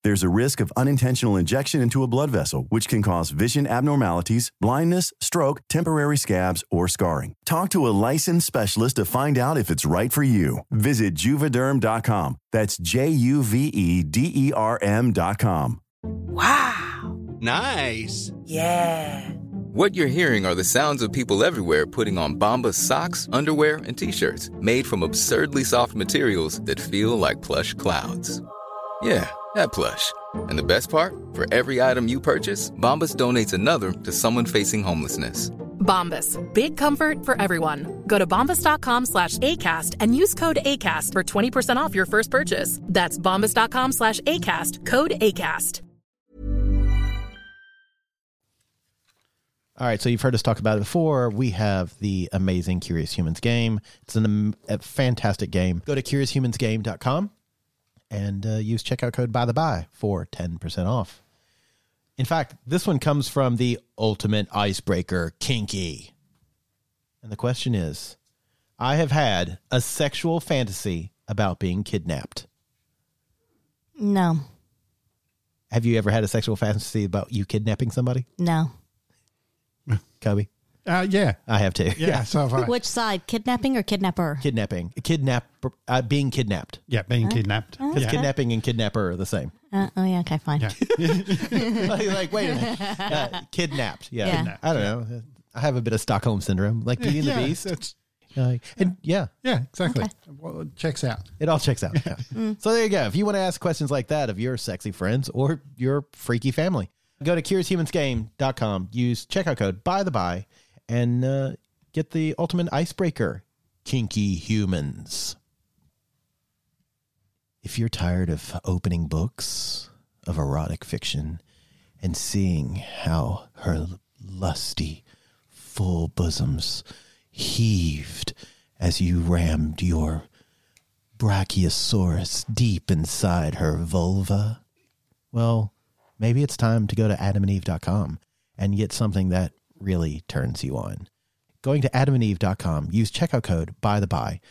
There's a risk of unintentional injection into a blood vessel, which can cause vision abnormalities, blindness, stroke, temporary scabs, or scarring. Talk to a licensed specialist to find out if it's right for you. Visit juvederm.com. That's J U V E D E R M.com.
Nice. Yeah. What you're hearing are the sounds of people everywhere putting on Bombas socks, underwear, and t-shirts made from absurdly soft materials that feel like plush clouds. Yeah, that plush. And the best part? For every item you purchase, Bombas donates another to someone facing homelessness.
Bombas. Big comfort for everyone. Go to bombas.com slash ACAST and use code ACAST for 20% off your first purchase. That's bombas.com slash ACAST. Code ACAST.
All right, so you've heard us talk about it before. We have the amazing Curious Humans game. It's an, am- a fantastic game. Go to curioushumansgame.com and uh, use checkout code by the by for 10% off. In fact, this one comes from the ultimate icebreaker, Kinky. And the question is I have had a sexual fantasy about being kidnapped.
No,
Have you ever had a sexual fantasy about you kidnapping somebody,
no.
Kobe?
uh, yeah.
I have too.
Yeah. So have I.
Which side, kidnapping or kidnapper?
Kidnapping, kidnap, uh, being kidnapped.
Yeah, being kidnapped.
Because
Yeah.
kidnapping and kidnapper are the same.
Uh, oh yeah, okay, fine.
Yeah.
like, like, wait a minute. Uh, kidnapped. Yeah.
Yeah.
Kidnapped. I don't know. I have a bit of Stockholm syndrome, like Beauty and the
Yeah,
Beast.
that's-
Like, and yeah,
yeah, exactly. Well, it checks out.
it all checks out. Yeah. So there you go. If you want to ask questions like that of your sexy friends or your freaky family, go to curioushumansgame.com, use checkout code by the by, and uh, get the ultimate icebreaker kinky humans. If you're tired of opening books of erotic fiction and seeing how her lusty, full bosoms heaved as you rammed your Brachiosaurus deep inside her vulva? Well, maybe it's time to go to adamandeve.com and get something that really turns you on. Going to adamandeve.com, use checkout code by the by.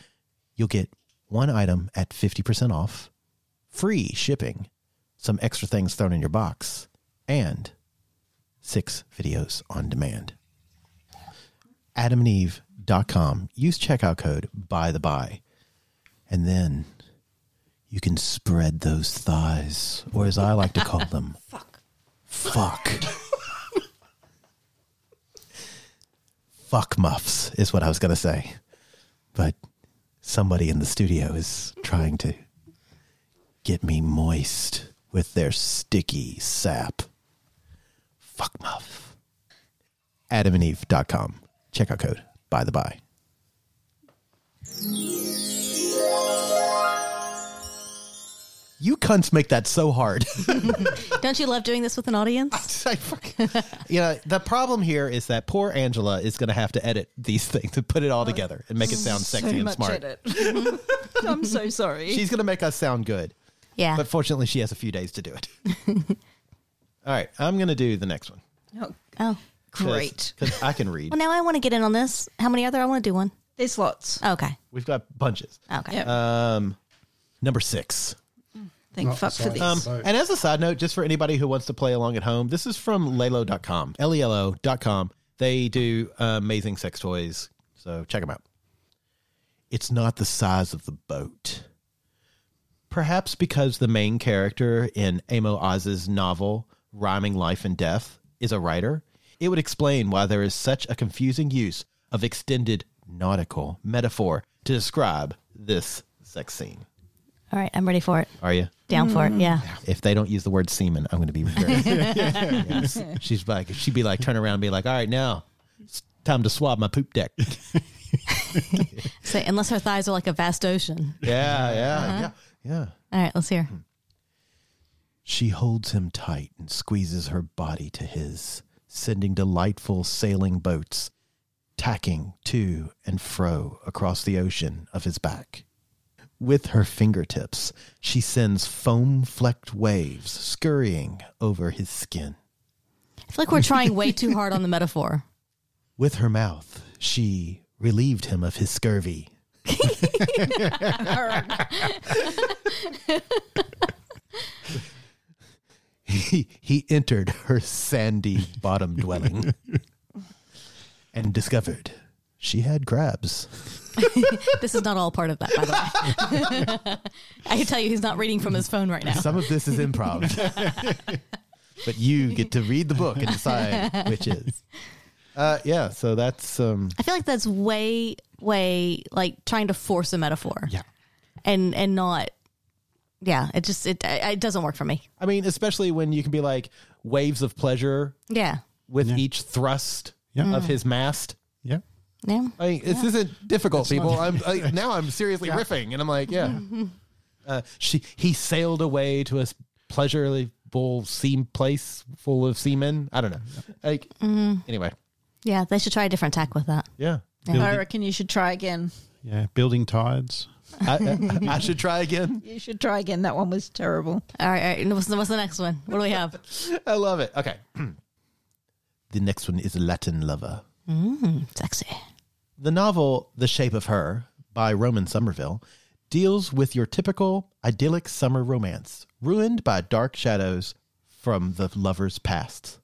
You'll get one item at 50% off, free shipping, some extra things thrown in your box, and six videos on demand. adamandeve.com, use checkout code by the by. And then you can spread those thighs, or as I like to call them, fuck. Fuck. fuck muffs is what I was going to say. But somebody in the studio is trying to get me moist with their sticky sap. Fuck muff. AdamandEve.com. Checkout code, by the by. You cunts make that so hard.
Don't you love doing this with an audience?
I you know, the problem here is that poor Angela is going to have to edit these things and put it all together and make it sound
So
sexy and
much
smart.
edit. I'm so sorry.
She's going to make us sound good.
Yeah.
But fortunately, she has a few days to do it. all right. I'm going to do the next one.
Oh,
oh.
great.
Because I can read.
Well, now I want to get in on this. How many other? I want to do one.
There's
Ah.
lots.
Okay.
We've got bunches.
Okay.
Yep.
Um, number six.
Thank
Oh,
fuck for
sorry.
this.
Um,
So-
and as a side note, just for anybody who wants to play along at home, this is from Lelo.com, L-E-L-O.com. They do uh, amazing sex toys, so check them out. It's not the size of the boat. Perhaps because the main character in Amo Oz's novel, Rhyming Life and Death, is a writer, it would explain why there is such a confusing use of extended nautical metaphor to describe this sex scene.
All right. I'm ready for it.
Are you?
Down for it. Yeah.
if they don't use the word semen, I'm going to be very. Yes. She's like, she'd be like, turn around and be like, all right, now it's time to swab my poop deck. Yeah,
So unless her thighs are like a vast ocean.
yeah, yeah, yeah.
All right. Let's hear.
She holds him tight and squeezes her body to his, sending delightful sailing boats tacking to and fro across the ocean of his back. With her fingertips, she sends foam flecked waves scurrying over his skin.
I feel like we're trying way too hard on the metaphor.
With her mouth, she relieved him of his scurvy. he, he entered her sandy bottom dwelling and discovered she had crabs.
This is not all part of that, by the way. I can tell you he's not reading from his phone right now.
Some of this is improv. but you get to read the book and decide which is. Uh, yeah, so that's um,
I feel like that's way, way like trying to force a metaphor.
Yeah.
And and not. Yeah. It just it it doesn't work for me.
I mean, especially when you can be like waves of pleasure
Yeah.
with each thrust
Yeah.
of his mast.
Yeah.
Yeah.
I mean, this isn't difficult, people. I'm I, now I'm seriously riffing, and I'm like, yeah. Uh, she he sailed away to a s- pleasurable seam place full of seamen. I don't know. Like anyway,
Yeah. They should try a different tack with that.
yeah.
I reckon you should try again.
Yeah. Building tides.
I, I, I should try again.
You should try again. That one was terrible.
All right. All right. and What's the, what's the next one? What do we have?
I love it. Okay. the next one is Latin lover. Mm,
Sexy.
The novel The Shape of Her by Roman Somerville deals with your typical idyllic summer romance, ruined by dark shadows from the lover's past.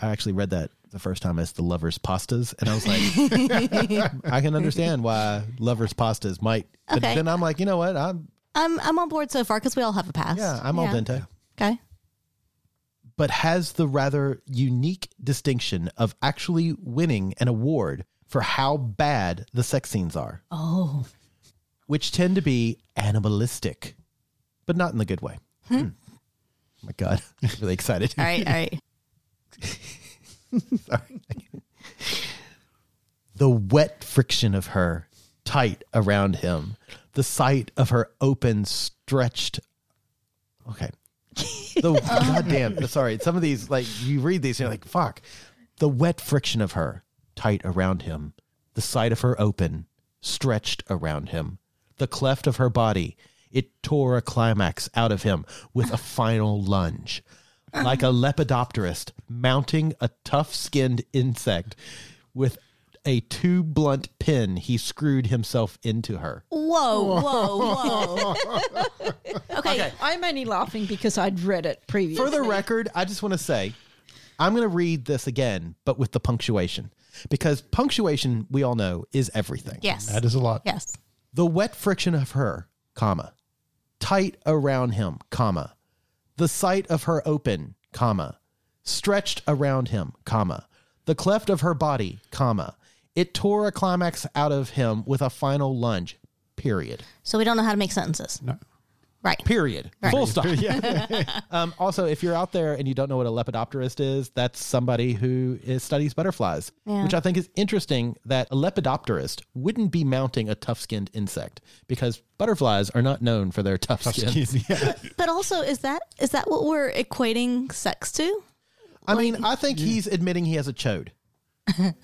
I actually read that the first time as the lover's pastas, and I was like, I can understand why lover's pastas might. But
Okay.
then I'm like, you know what? I'm
I'm I'm on board so far because we all have a past.
yeah, I'm al dente.
Okay.
but has the rather unique distinction of actually winning an award for how bad the sex scenes are. Oh. Which tend to be animalistic, but not in the good way. Hmm. my God, I'm really excited.
All right. All right.
Sorry. the wet friction of her tight around him, the sight of her open, stretched. Okay. The goddamn. Sorry. Some of these, like, you read these, you're like, fuck. The wet friction of her tight around him, the sight of her open, stretched around him, the cleft of her body. It tore a climax out of him with a final lunge like a lepidopterist mounting a tough skinned insect with a too blunt pin he screwed himself into her
Whoa. Whoa. Whoa. okay.
I'm only laughing because I'd read it previously.
for the record i just want to say i'm going to read this again but with the punctuation because punctuation we all know is everything
Yes.
That is a lot.
yes.
the wet friction of her comma tight around him comma the sight of her open comma stretched around him comma the cleft of her body comma it tore a climax out of him with a final lunge period
So we don't know how to make sentences.
No.
Right.
Period.
Right.
Full stop.
Yeah.
um, also, if you're out there and you don't know what a lepidopterist is, that's somebody who is, studies butterflies,
Yeah.
which I think is interesting that a lepidopterist wouldn't be mounting a tough skinned insect because butterflies are not known for their tough,
Tough
skins.
skin. Yeah.
But also, is that is that what we're equating sex to?
I mean, I think he's admitting he has a chode.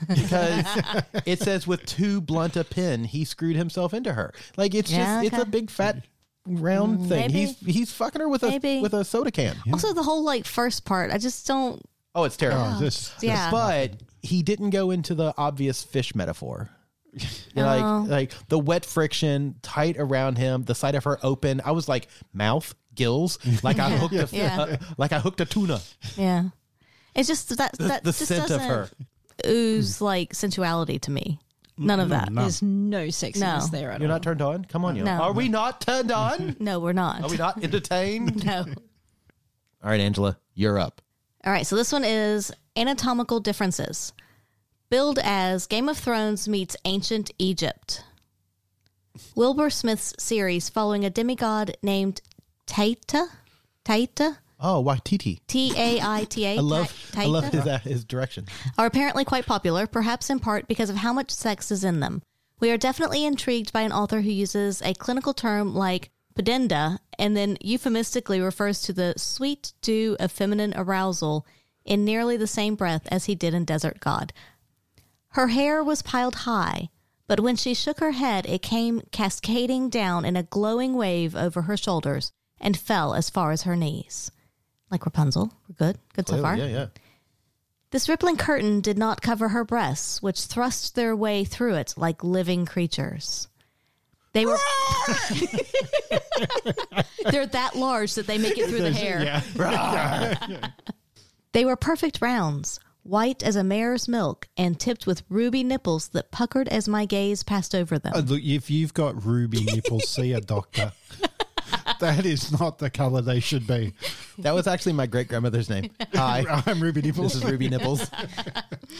because it says with too blunt a pin, he screwed himself into her. Like it's
Yeah,
just it's a
okay.
big fat round
maybe.
thing. He's he's fucking her with a
Maybe.
with a soda can.
Also, the whole like first part, I just don't.
Oh, it's terrible.
Oh, this-
Yeah.
But he didn't go into the obvious fish metaphor. You know,
Oh.
Like like the wet friction tight around him, the sight of her open. I was like mouth, gills, like I hooked a,
Yeah.
uh, like I hooked a tuna.
yeah, it's just that that
the
just
scent of
doesn't
her.
ooze like sensuality to me. None of that.
There's no sexiness there at
You're
all.
not turned on? Come on, you.
No.
Are we not turned on?
No, we're not.
Are we not entertained?
No.
All right, Angela, you're up.
All right, so this one is anatomical differences. Billed as Game of Thrones meets ancient Egypt. Wilbur Smith's series following a demigod named Taita. Taita?
Oh, Waititi.
T A I T A.
I love
Ta-
I love
Taita?
his uh, his direction.
are apparently quite popular, perhaps in part because of how much sex is in them. We are definitely intrigued by an author who uses a clinical term like pedenda and then euphemistically refers to the sweet dew of feminine arousal in nearly the same breath as he did in Desert God. Her hair was piled high, but when she shook her head, it came cascading down in a glowing wave over her shoulders and fell as far as her knees. Like Rapunzel, we're good. Good so
Clearly,
far.
Yeah, yeah.
This rippling curtain did not cover her breasts, which thrust their way through it like living creatures. They were They're that large that they make it through the hair. They were perfect rounds, white as a mare's milk and tipped with ruby nipples that puckered as my gaze passed over them.
Uh, look, if you've got ruby nipples, see a doctor. That is not the color they should be.
That was actually my great grandmother's name. Hi.
I'm ruby nipples.
This is Ruby Nipples.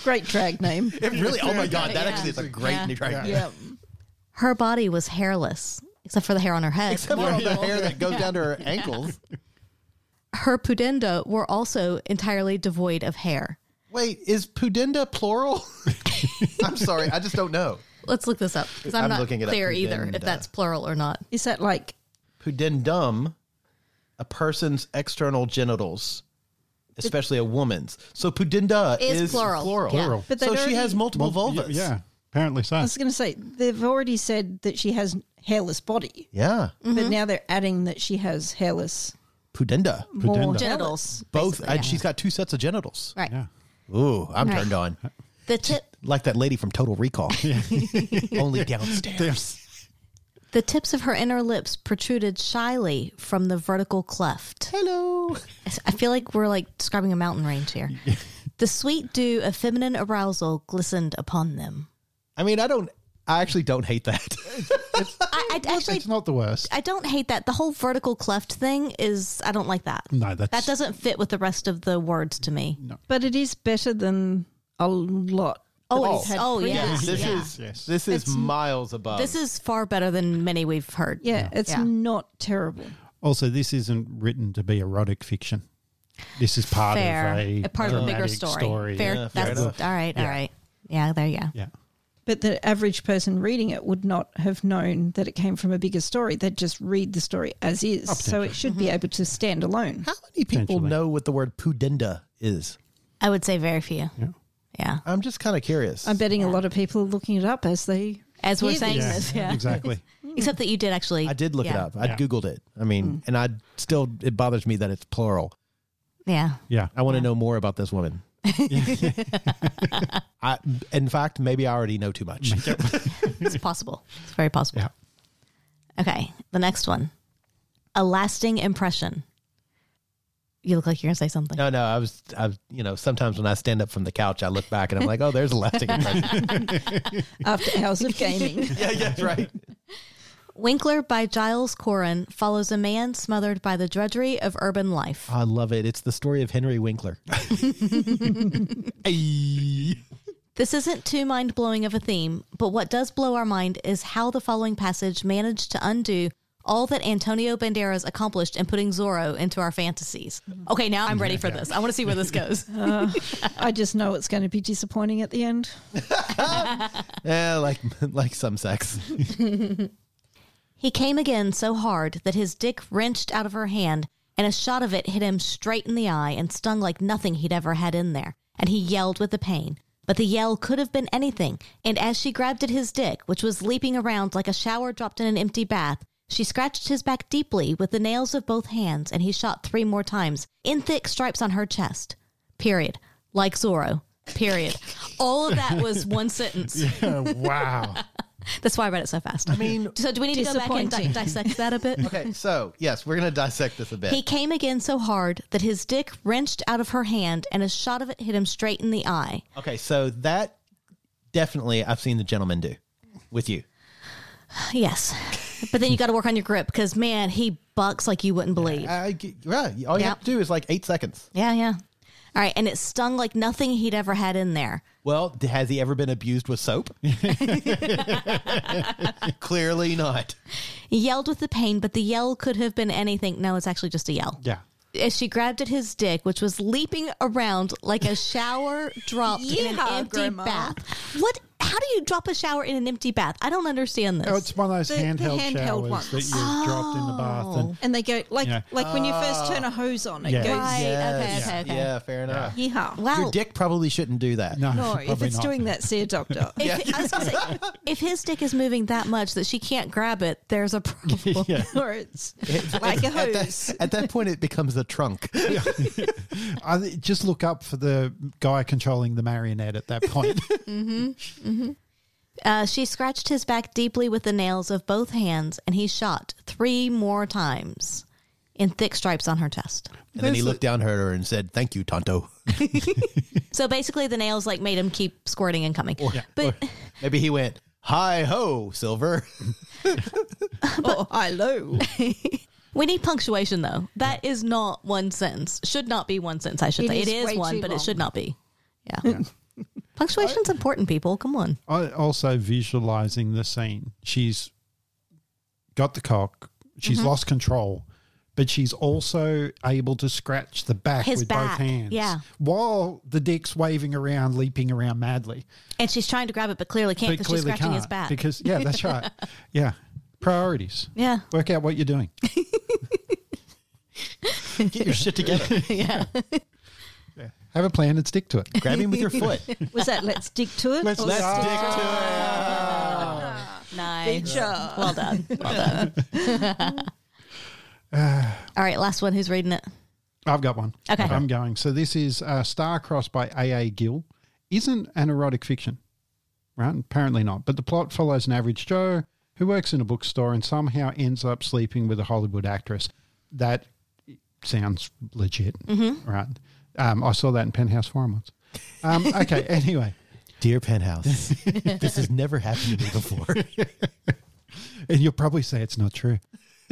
Great drag name.
It really, oh my God, that actually is a great new track.
yeah.
her body was hairless, except for the hair on her head.
Except for all the hair that goes down to her ankles.
her pudenda were also entirely devoid of hair.
Wait, is pudenda plural? I'm sorry, I just don't know.
Let's look this up because I'm,
I'm
not
looking it up,
clear either
pudenda.
if that's plural or not.
Is that like
Pudendum, a person's external genitals, especially a woman's. So pudenda
Is
is,
plural.
plural.
Yeah. Plural.
But
so
they'd
she has
already-
multiple vulvas.
Yeah, apparently so.
I was going to say they've already said that she has hairless body,
Yeah.
but now they're adding that she has hairless
Pudenda.
more
Pudenda.
genitals.
Both.
basically,
and
yeah.
she's got two sets of genitals.
Right.
Yeah.
Ooh, I'm
Right.
turned on.
The tip
Like that lady from Total Recall. Only downstairs.
the tips of her inner lips protruded shyly from the vertical cleft.
Hello.
I feel like we're like describing a mountain range here. the sweet dew of feminine arousal glistened upon them.
I mean, I don't. I actually don't hate that.
I, I actually
It's not the worst.
I don't hate that. The whole vertical cleft thing is I don't like that.
No, that's
That doesn't fit with the rest of the words to me.
But it is better than a lot.
Oh,
that
it's-
we've had
oh,
previously.
yeah.
this
Yeah.
is this is miles above.
This is far better than many we've heard.
Yeah, it's
Yeah.
not terrible.
Also, this isn't written to be erotic fiction. This is part
fair.
of a,
part of a bigger
dramatic
story.
story.
Fair.
Yeah, fair
That's
enough.
all right. All right. Yeah. There. Yeah.
Yeah.
But the average person reading it would not have known that it came from a bigger story. They'd just read the story as
Oh,
is. So it should be able to stand alone.
How many people
Potentially.
know what the word pudenda is?
I would say very few. Yeah.
I'm just kind of curious.
I'm betting a lot of people are looking it up as they.
As we're
hear
saying
this.
this. Yeah.
Exactly.
Except that you did actually.
I did look it
yeah. Mm.
up. I
Yeah.
googled it. I mean, and I still it bothers me that it's plural.
Yeah.
Yeah.
I want to know more about this woman. I, in fact, maybe I already know too much.
It's possible. It's very possible.
Yeah.
Okay. The next one. A lasting impression. You look like you're going to say something.
No, no, I was, I was, you know, sometimes when I stand up from the couch, I look back and I'm like, oh, there's a lasting impression.
After hours of gaming.
yeah, yeah, right.
Winkler by Giles Corrin follows a man smothered by the drudgery of urban life.
I love it. It's the story of Henry Winkler. Ay.
This isn't too mind blowing of a theme, but what does blow our mind is how the following passage managed to undo all that Antonio Banderas accomplished in putting Zorro into our fantasies. Okay, now I'm ready for this. I want to see where this goes.
Uh, I just know it's going to be disappointing at the end.
Yeah, Eh, like like some sex.
He came again so hard that his dick wrenched out of her hand, and a shot of it hit him straight in the eye and stung like nothing he'd ever had in there, and he yelled with the pain. But the yell could have been anything, and as she grabbed at his dick, which was leaping around like a shower dropped in an empty bath, she scratched his back deeply with the nails of both hands, and he shot three more times, in thick stripes on her chest. Period. Like Zorro. Period. All of that was one sentence.
Yeah, wow.
That's why I read it so fast.
I mean,
So do we need to go back and di-
Disappointing.
dissect that a bit?
okay, so yes, we're gonna dissect this a bit.
He came again so hard that his dick wrenched out of her hand and a shot of it hit him straight in the eye.
Okay, so that definitely I've seen the gentleman do with you.
Yes. But then you got to work on your grip because, man, he bucks like you wouldn't believe.
I g- yeah, all you
Yeah.
have to do is like eight seconds.
Yeah, yeah. All right. And it stung like nothing he'd ever had in there.
Well, d- has he ever been abused with soap? Clearly not.
He yelled with the pain, but the yell could have been anything. No, it's actually just a yell.
Yeah.
As she grabbed at his dick, which was leaping around like a shower dropped in an
Yeehaw,
empty
Grandma.
bath. What? How do you drop a shower in an empty bath? I don't understand this.
Oh, it's one of those
The- the
handheld,
handheld
showers
ones.
that you dropped in the bath. And,
And they go like
Yeah.
like when you first turn a hose on, it
Yeah.
goes
Right.
Yes.
okay, okay, okay.
Yeah, fair enough.
yeehaw.
Wow.
Your dick probably shouldn't do that.
no,
No, if
probably
it's
not.
doing that, see a doctor.
If, I was gonna say, if his dick is moving that much that she can't grab it, there's a problem.
or it's like a
At
hose.
that, at that point, it becomes a trunk.
I, thi- just look up for the guy controlling the marionette at that point.
Uh, she scratched his back deeply with the nails of both hands, and he shot three more times in thick stripes on her chest.
And then he looked down at her and said, "Thank you, Tonto."
So basically, the nails like made him keep squirting and coming. but
Maybe he went, "Hi ho, Silver."
Oh, hi, low.
we need punctuation, though. That is not one sentence. Should not be one sentence. I should
It
say
is
it is
way
one,
too
but it
long.
should not be. Yeah. Punctuation's important, people. Come on.
I also visualizing the scene. She's got the cock. She's
Mm-hmm.
lost control, but she's also able to scratch the back
His
with
back,
both hands.
yeah.
While the dick's waving around, leaping around madly.
And she's trying to grab it, but clearly can't
But
because she's
clearly
scratching
can't
his back.
Because yeah, that's right. yeah. Priorities.
yeah.
Work out what you're doing.
Get your shit together.
Yeah.
Have a plan and stick to it.
Grab him with your foot.
Was that let's dig to it?
Let's-
Or
let's
stick
dig
to it.
Oh. Nice.
job.
Well done. Well done. All right, last one. Who's reading it?
I've got one.
Okay.
I'm going. So this is uh, Starcrossed by A.A. Gill. Isn't an erotic fiction, right? Apparently not. But the plot follows an average Joe who works in a bookstore and somehow ends up sleeping with a Hollywood actress. That sounds legit, right? Um, I saw that in Penthouse Forum once. Um, okay, anyway.
Dear Penthouse, this has never happened to me before.
And you'll probably say it's not true.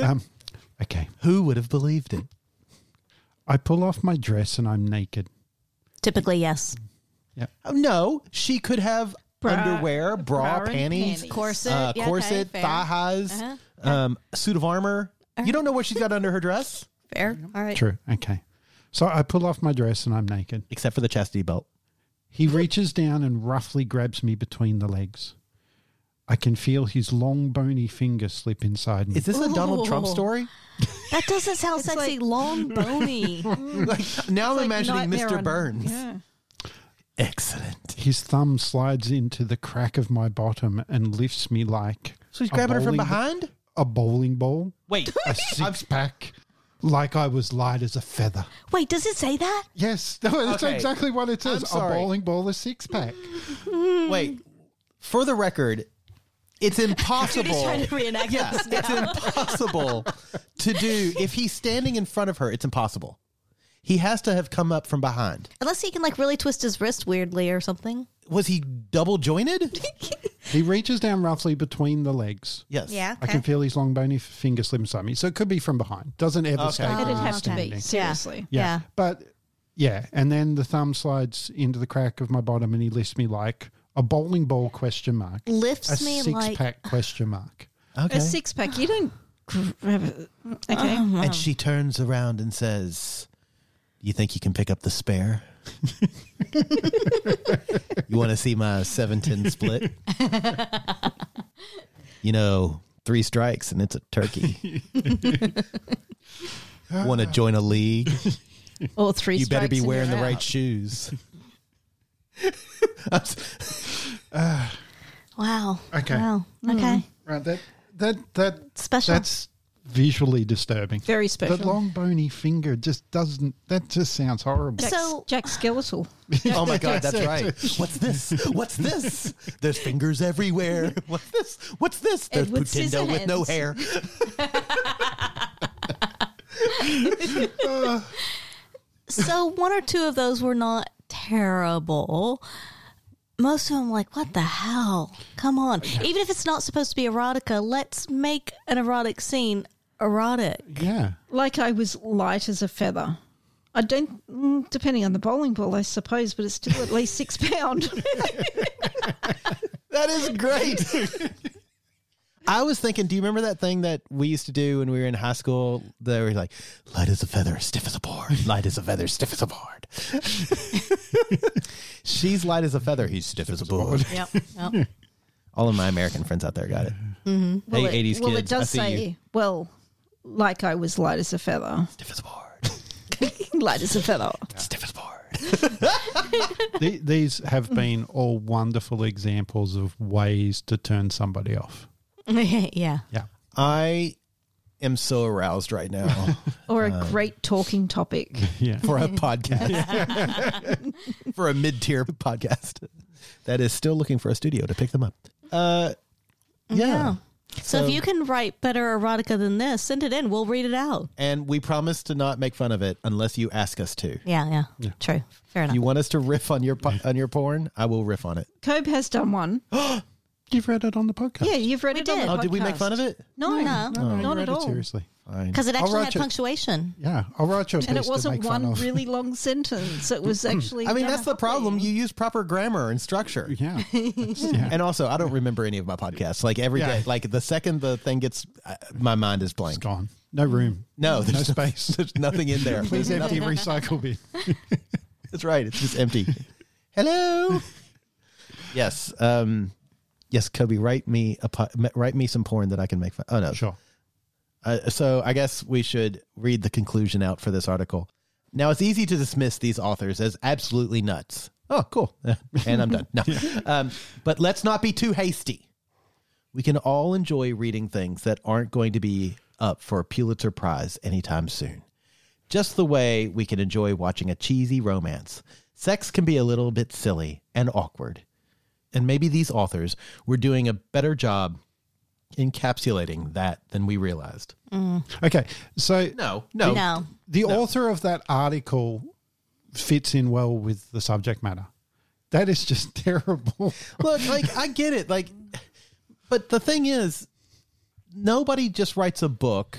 Um, okay.
Who would have believed it?
I pull off my dress and I'm naked.
Typically, yes.
Oh, no, she could have
Bra-
underwear, bra,
bra and
panties,
panties.
Corset.
uh,
Yeah, okay,
corset,
fair.
thigh highs,
Uh-huh.
um, suit of armor. You don't know what she's got under her dress,
Fair. All right.
True. Okay. So I pull off my dress and I'm naked.
except for the chastity belt.
He reaches down and roughly grabs me between the legs. I can feel his long, bony finger slip inside me.
Is this a Donald Trump
Ooh.
story?
That doesn't sound sexy.
like-
long bony.
Like now, I'm
Like
imagining
nightmare
Mr.
on-
Burns.
yeah.
Excellent.
his thumb slides into the crack of my bottom and lifts me like
So he's
a
grabbing her from
bowling-
behind.
A bowling ball,
Wait,
a six pack, like I was light as a feather.
Wait, does it say that?
Yes, no, that's
Okay.
exactly what it
I'm
says. A
sorry.
bowling ball, a six pack.
wait. For the record, it's impossible.
trying to reenact
yeah, it's impossible to do if he's standing in front of her. It's impossible. He has to have come up from behind.
Unless he can like really twist his wrist weirdly or something.
Was he double jointed?
He reaches down roughly between the legs.
Yes.
I can feel his long, bony finger slip inside me. So it could be from behind. Doesn't ever
Okay.
stay.
It'd
from
have to be,
standing.
seriously.
Yeah.
Yeah.
But yeah, and then the thumb slides into the crack of my bottom and he lifts me like a bowling ball question mark.
Lifts
a
me
six
like
pack question mark.
Okay.
A six pack. You don't Okay.
Uh-huh.
Uh-huh.
And she turns around and says, You think you can pick up the spare? you want to see my 710 split? you know, three strikes and it's a turkey. want to join a league?
Oh,
or three.
you better be
strikes and
wearing the
you're
right
out.
shoes.
Wow.
Okay.
Wow. Okay.
Right. That that that
Special.
that's visually disturbing.
Very special.
The long bony finger just doesn't. That just sounds horrible.
Jack,
So-
Jack Skeletal.
oh my God, that's right. What's this? What's this? There's fingers everywhere. What's this? What's this? There's
Edward
Putendo with no
Scissorhands.
hair.
So one or two of those were not terrible. Most of them, like, what the hell? Come on. Even if it's not supposed to be erotica, let's make an erotic scene erotic.
Yeah.
Like I was light as a feather. I don't, mm, depending on the bowling ball, I suppose, but it's still at least six pound.
That is great. I was thinking, do you remember that thing that we used to do when we were in high school? They were like, light as a feather, stiff as a board. Light as a feather, stiff as a board. She's light as a feather. He's stiff as a board.
Yep.
All of my American friends out there got it. Hey, 80s
well,
kids,
it does
I see
say,
you.
well, like I was light as a feather.
Stiff as a board.
light as a feather.
Stiff as a board.
The- These have been all wonderful examples of ways to turn somebody off.
yeah.
Yeah.
I am so aroused right now
Or a
Uh,
great talking topic.
Yeah.
for a podcast, for a mid tier podcast that is still looking for a studio to pick them up. Uh, yeah.
So, if you can write better erotica than this, send it in. We'll read it out.
And we promise to not make fun of it unless you ask us to.
Yeah, yeah. True. Fair enough.
You want us to riff on your po- on your porn? I will riff on it.
Cobe has done one.
You've read it on the podcast.
Yeah, you've read
We
it on
did.
the
Oh, did we make fun of
podcast.
it?
No,
No.
you
not
read
at
it
all.
Seriously.
Fine.
Because it actually
write
had
you-
punctuation.
Yeah. I'll write you a piece
And it
to
wasn't
make fun
one
of.
really long sentence. It was actually.
I mean,
done
that's the
properly.
problem. You use proper grammar and structure.
Yeah. That's- yeah.
And also, I don't remember any of my podcasts. Like every day,
Yeah.
like the second the thing gets, uh, my mind is
it's
blank.
gone. No room.
No,
No
there's
space.
there's nothing in there.
Please empty recycle bin.
That's right. It's just empty. Hello. yes. Um, yes, Kobe. Write me a po- write me some porn that I can make fun. Oh no.
Sure.
Uh, so I guess we should read the conclusion out for this article. Now it's easy to dismiss these authors as absolutely nuts. Oh, cool. and I'm done. No. Um, but let's not be too hasty. We can all enjoy reading things that aren't going to be up for a Pulitzer Prize anytime soon. Just the way we can enjoy watching a cheesy romance. Sex can be a little bit silly and awkward. And maybe these authors were doing a better job encapsulating that than we realized.
Okay. So
No, no.
No.
the author of that article fits in well with the subject matter. That is just terrible.
Look, like I get it, like but the thing is nobody just writes a book.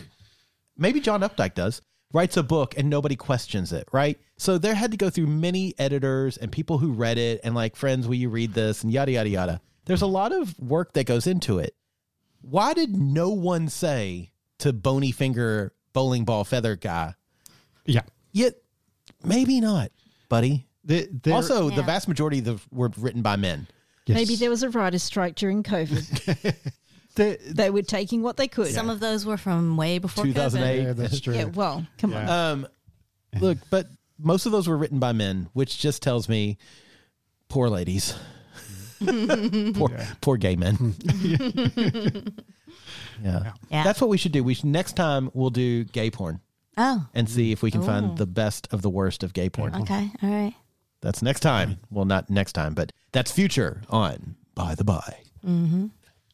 Maybe John Updike does. Writes a book and nobody questions it, right? So there had to go through many editors and people who read it and like friends, will you read this and yada yada yada. There's a lot of work that goes into it. Why did no one say to bony finger bowling ball feather guy?
yeah.
Yet maybe not, buddy.
There, there-
also, the vast majority of the were written by men.
yes.
Maybe there was a writer's strike during COVID.
There-
they were taking what they could.
Some of those were from way before COVID.
2008.
yeah, that's true.
yeah, well, come on.
Um, look, but most of those were written by men, which just tells me, poor ladies, poor poor gay men. yeah.
Yeah.
that's what we should do. We should, next time we'll do gay porn
Oh,
and see if we can find the best of the worst of gay porn.
okay. All right.
That's next time. Well, not next time, but that's future on By the By. Mm-hmm.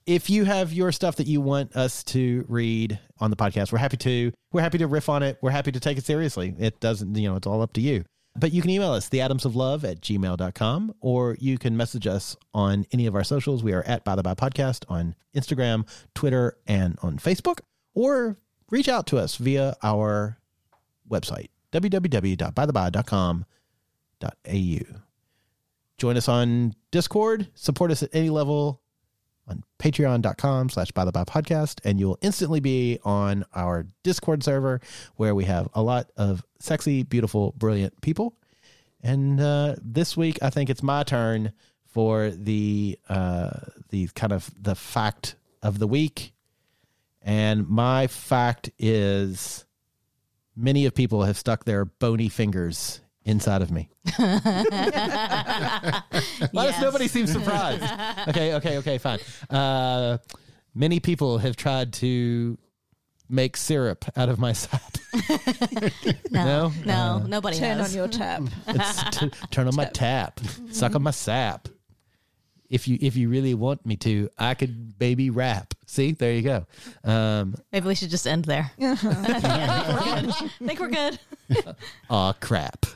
If you have your stuff that you want us to read on the podcast, we're happy to. We're happy to riff on it. We're happy to take it seriously. It doesn't, you know, it's all up to you. But you can email us, theatomsoflove at gmail.com, or you can message us on any of our socials. We are at By the By Podcast on Instagram, Twitter, and on Facebook, or reach out to us via our website, www.bytheby.com au. Join us on Discord, support us at any level on patreon.com slash by the by podcast and you'll instantly be on our discord server where we have a lot of sexy beautiful brilliant people and uh, this week i think it's my turn for the uh, the kind of the fact of the week and my fact is many of people have stuck their bony fingers inside of me why does nobody seem surprised? okay, okay, okay, fine. Uh, many people have tried to make syrup out of my sap.
No,
No? Uh,
no, nobody
Turn
has.
on your tap.
It's t- turn on my tap,
Mm-hmm.
suck on my sap. If you if you really want me to, I could baby rap. See, there you go. Um,
Maybe we should just end there. I think we're good.
aw, crap.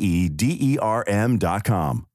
E D E R M.com.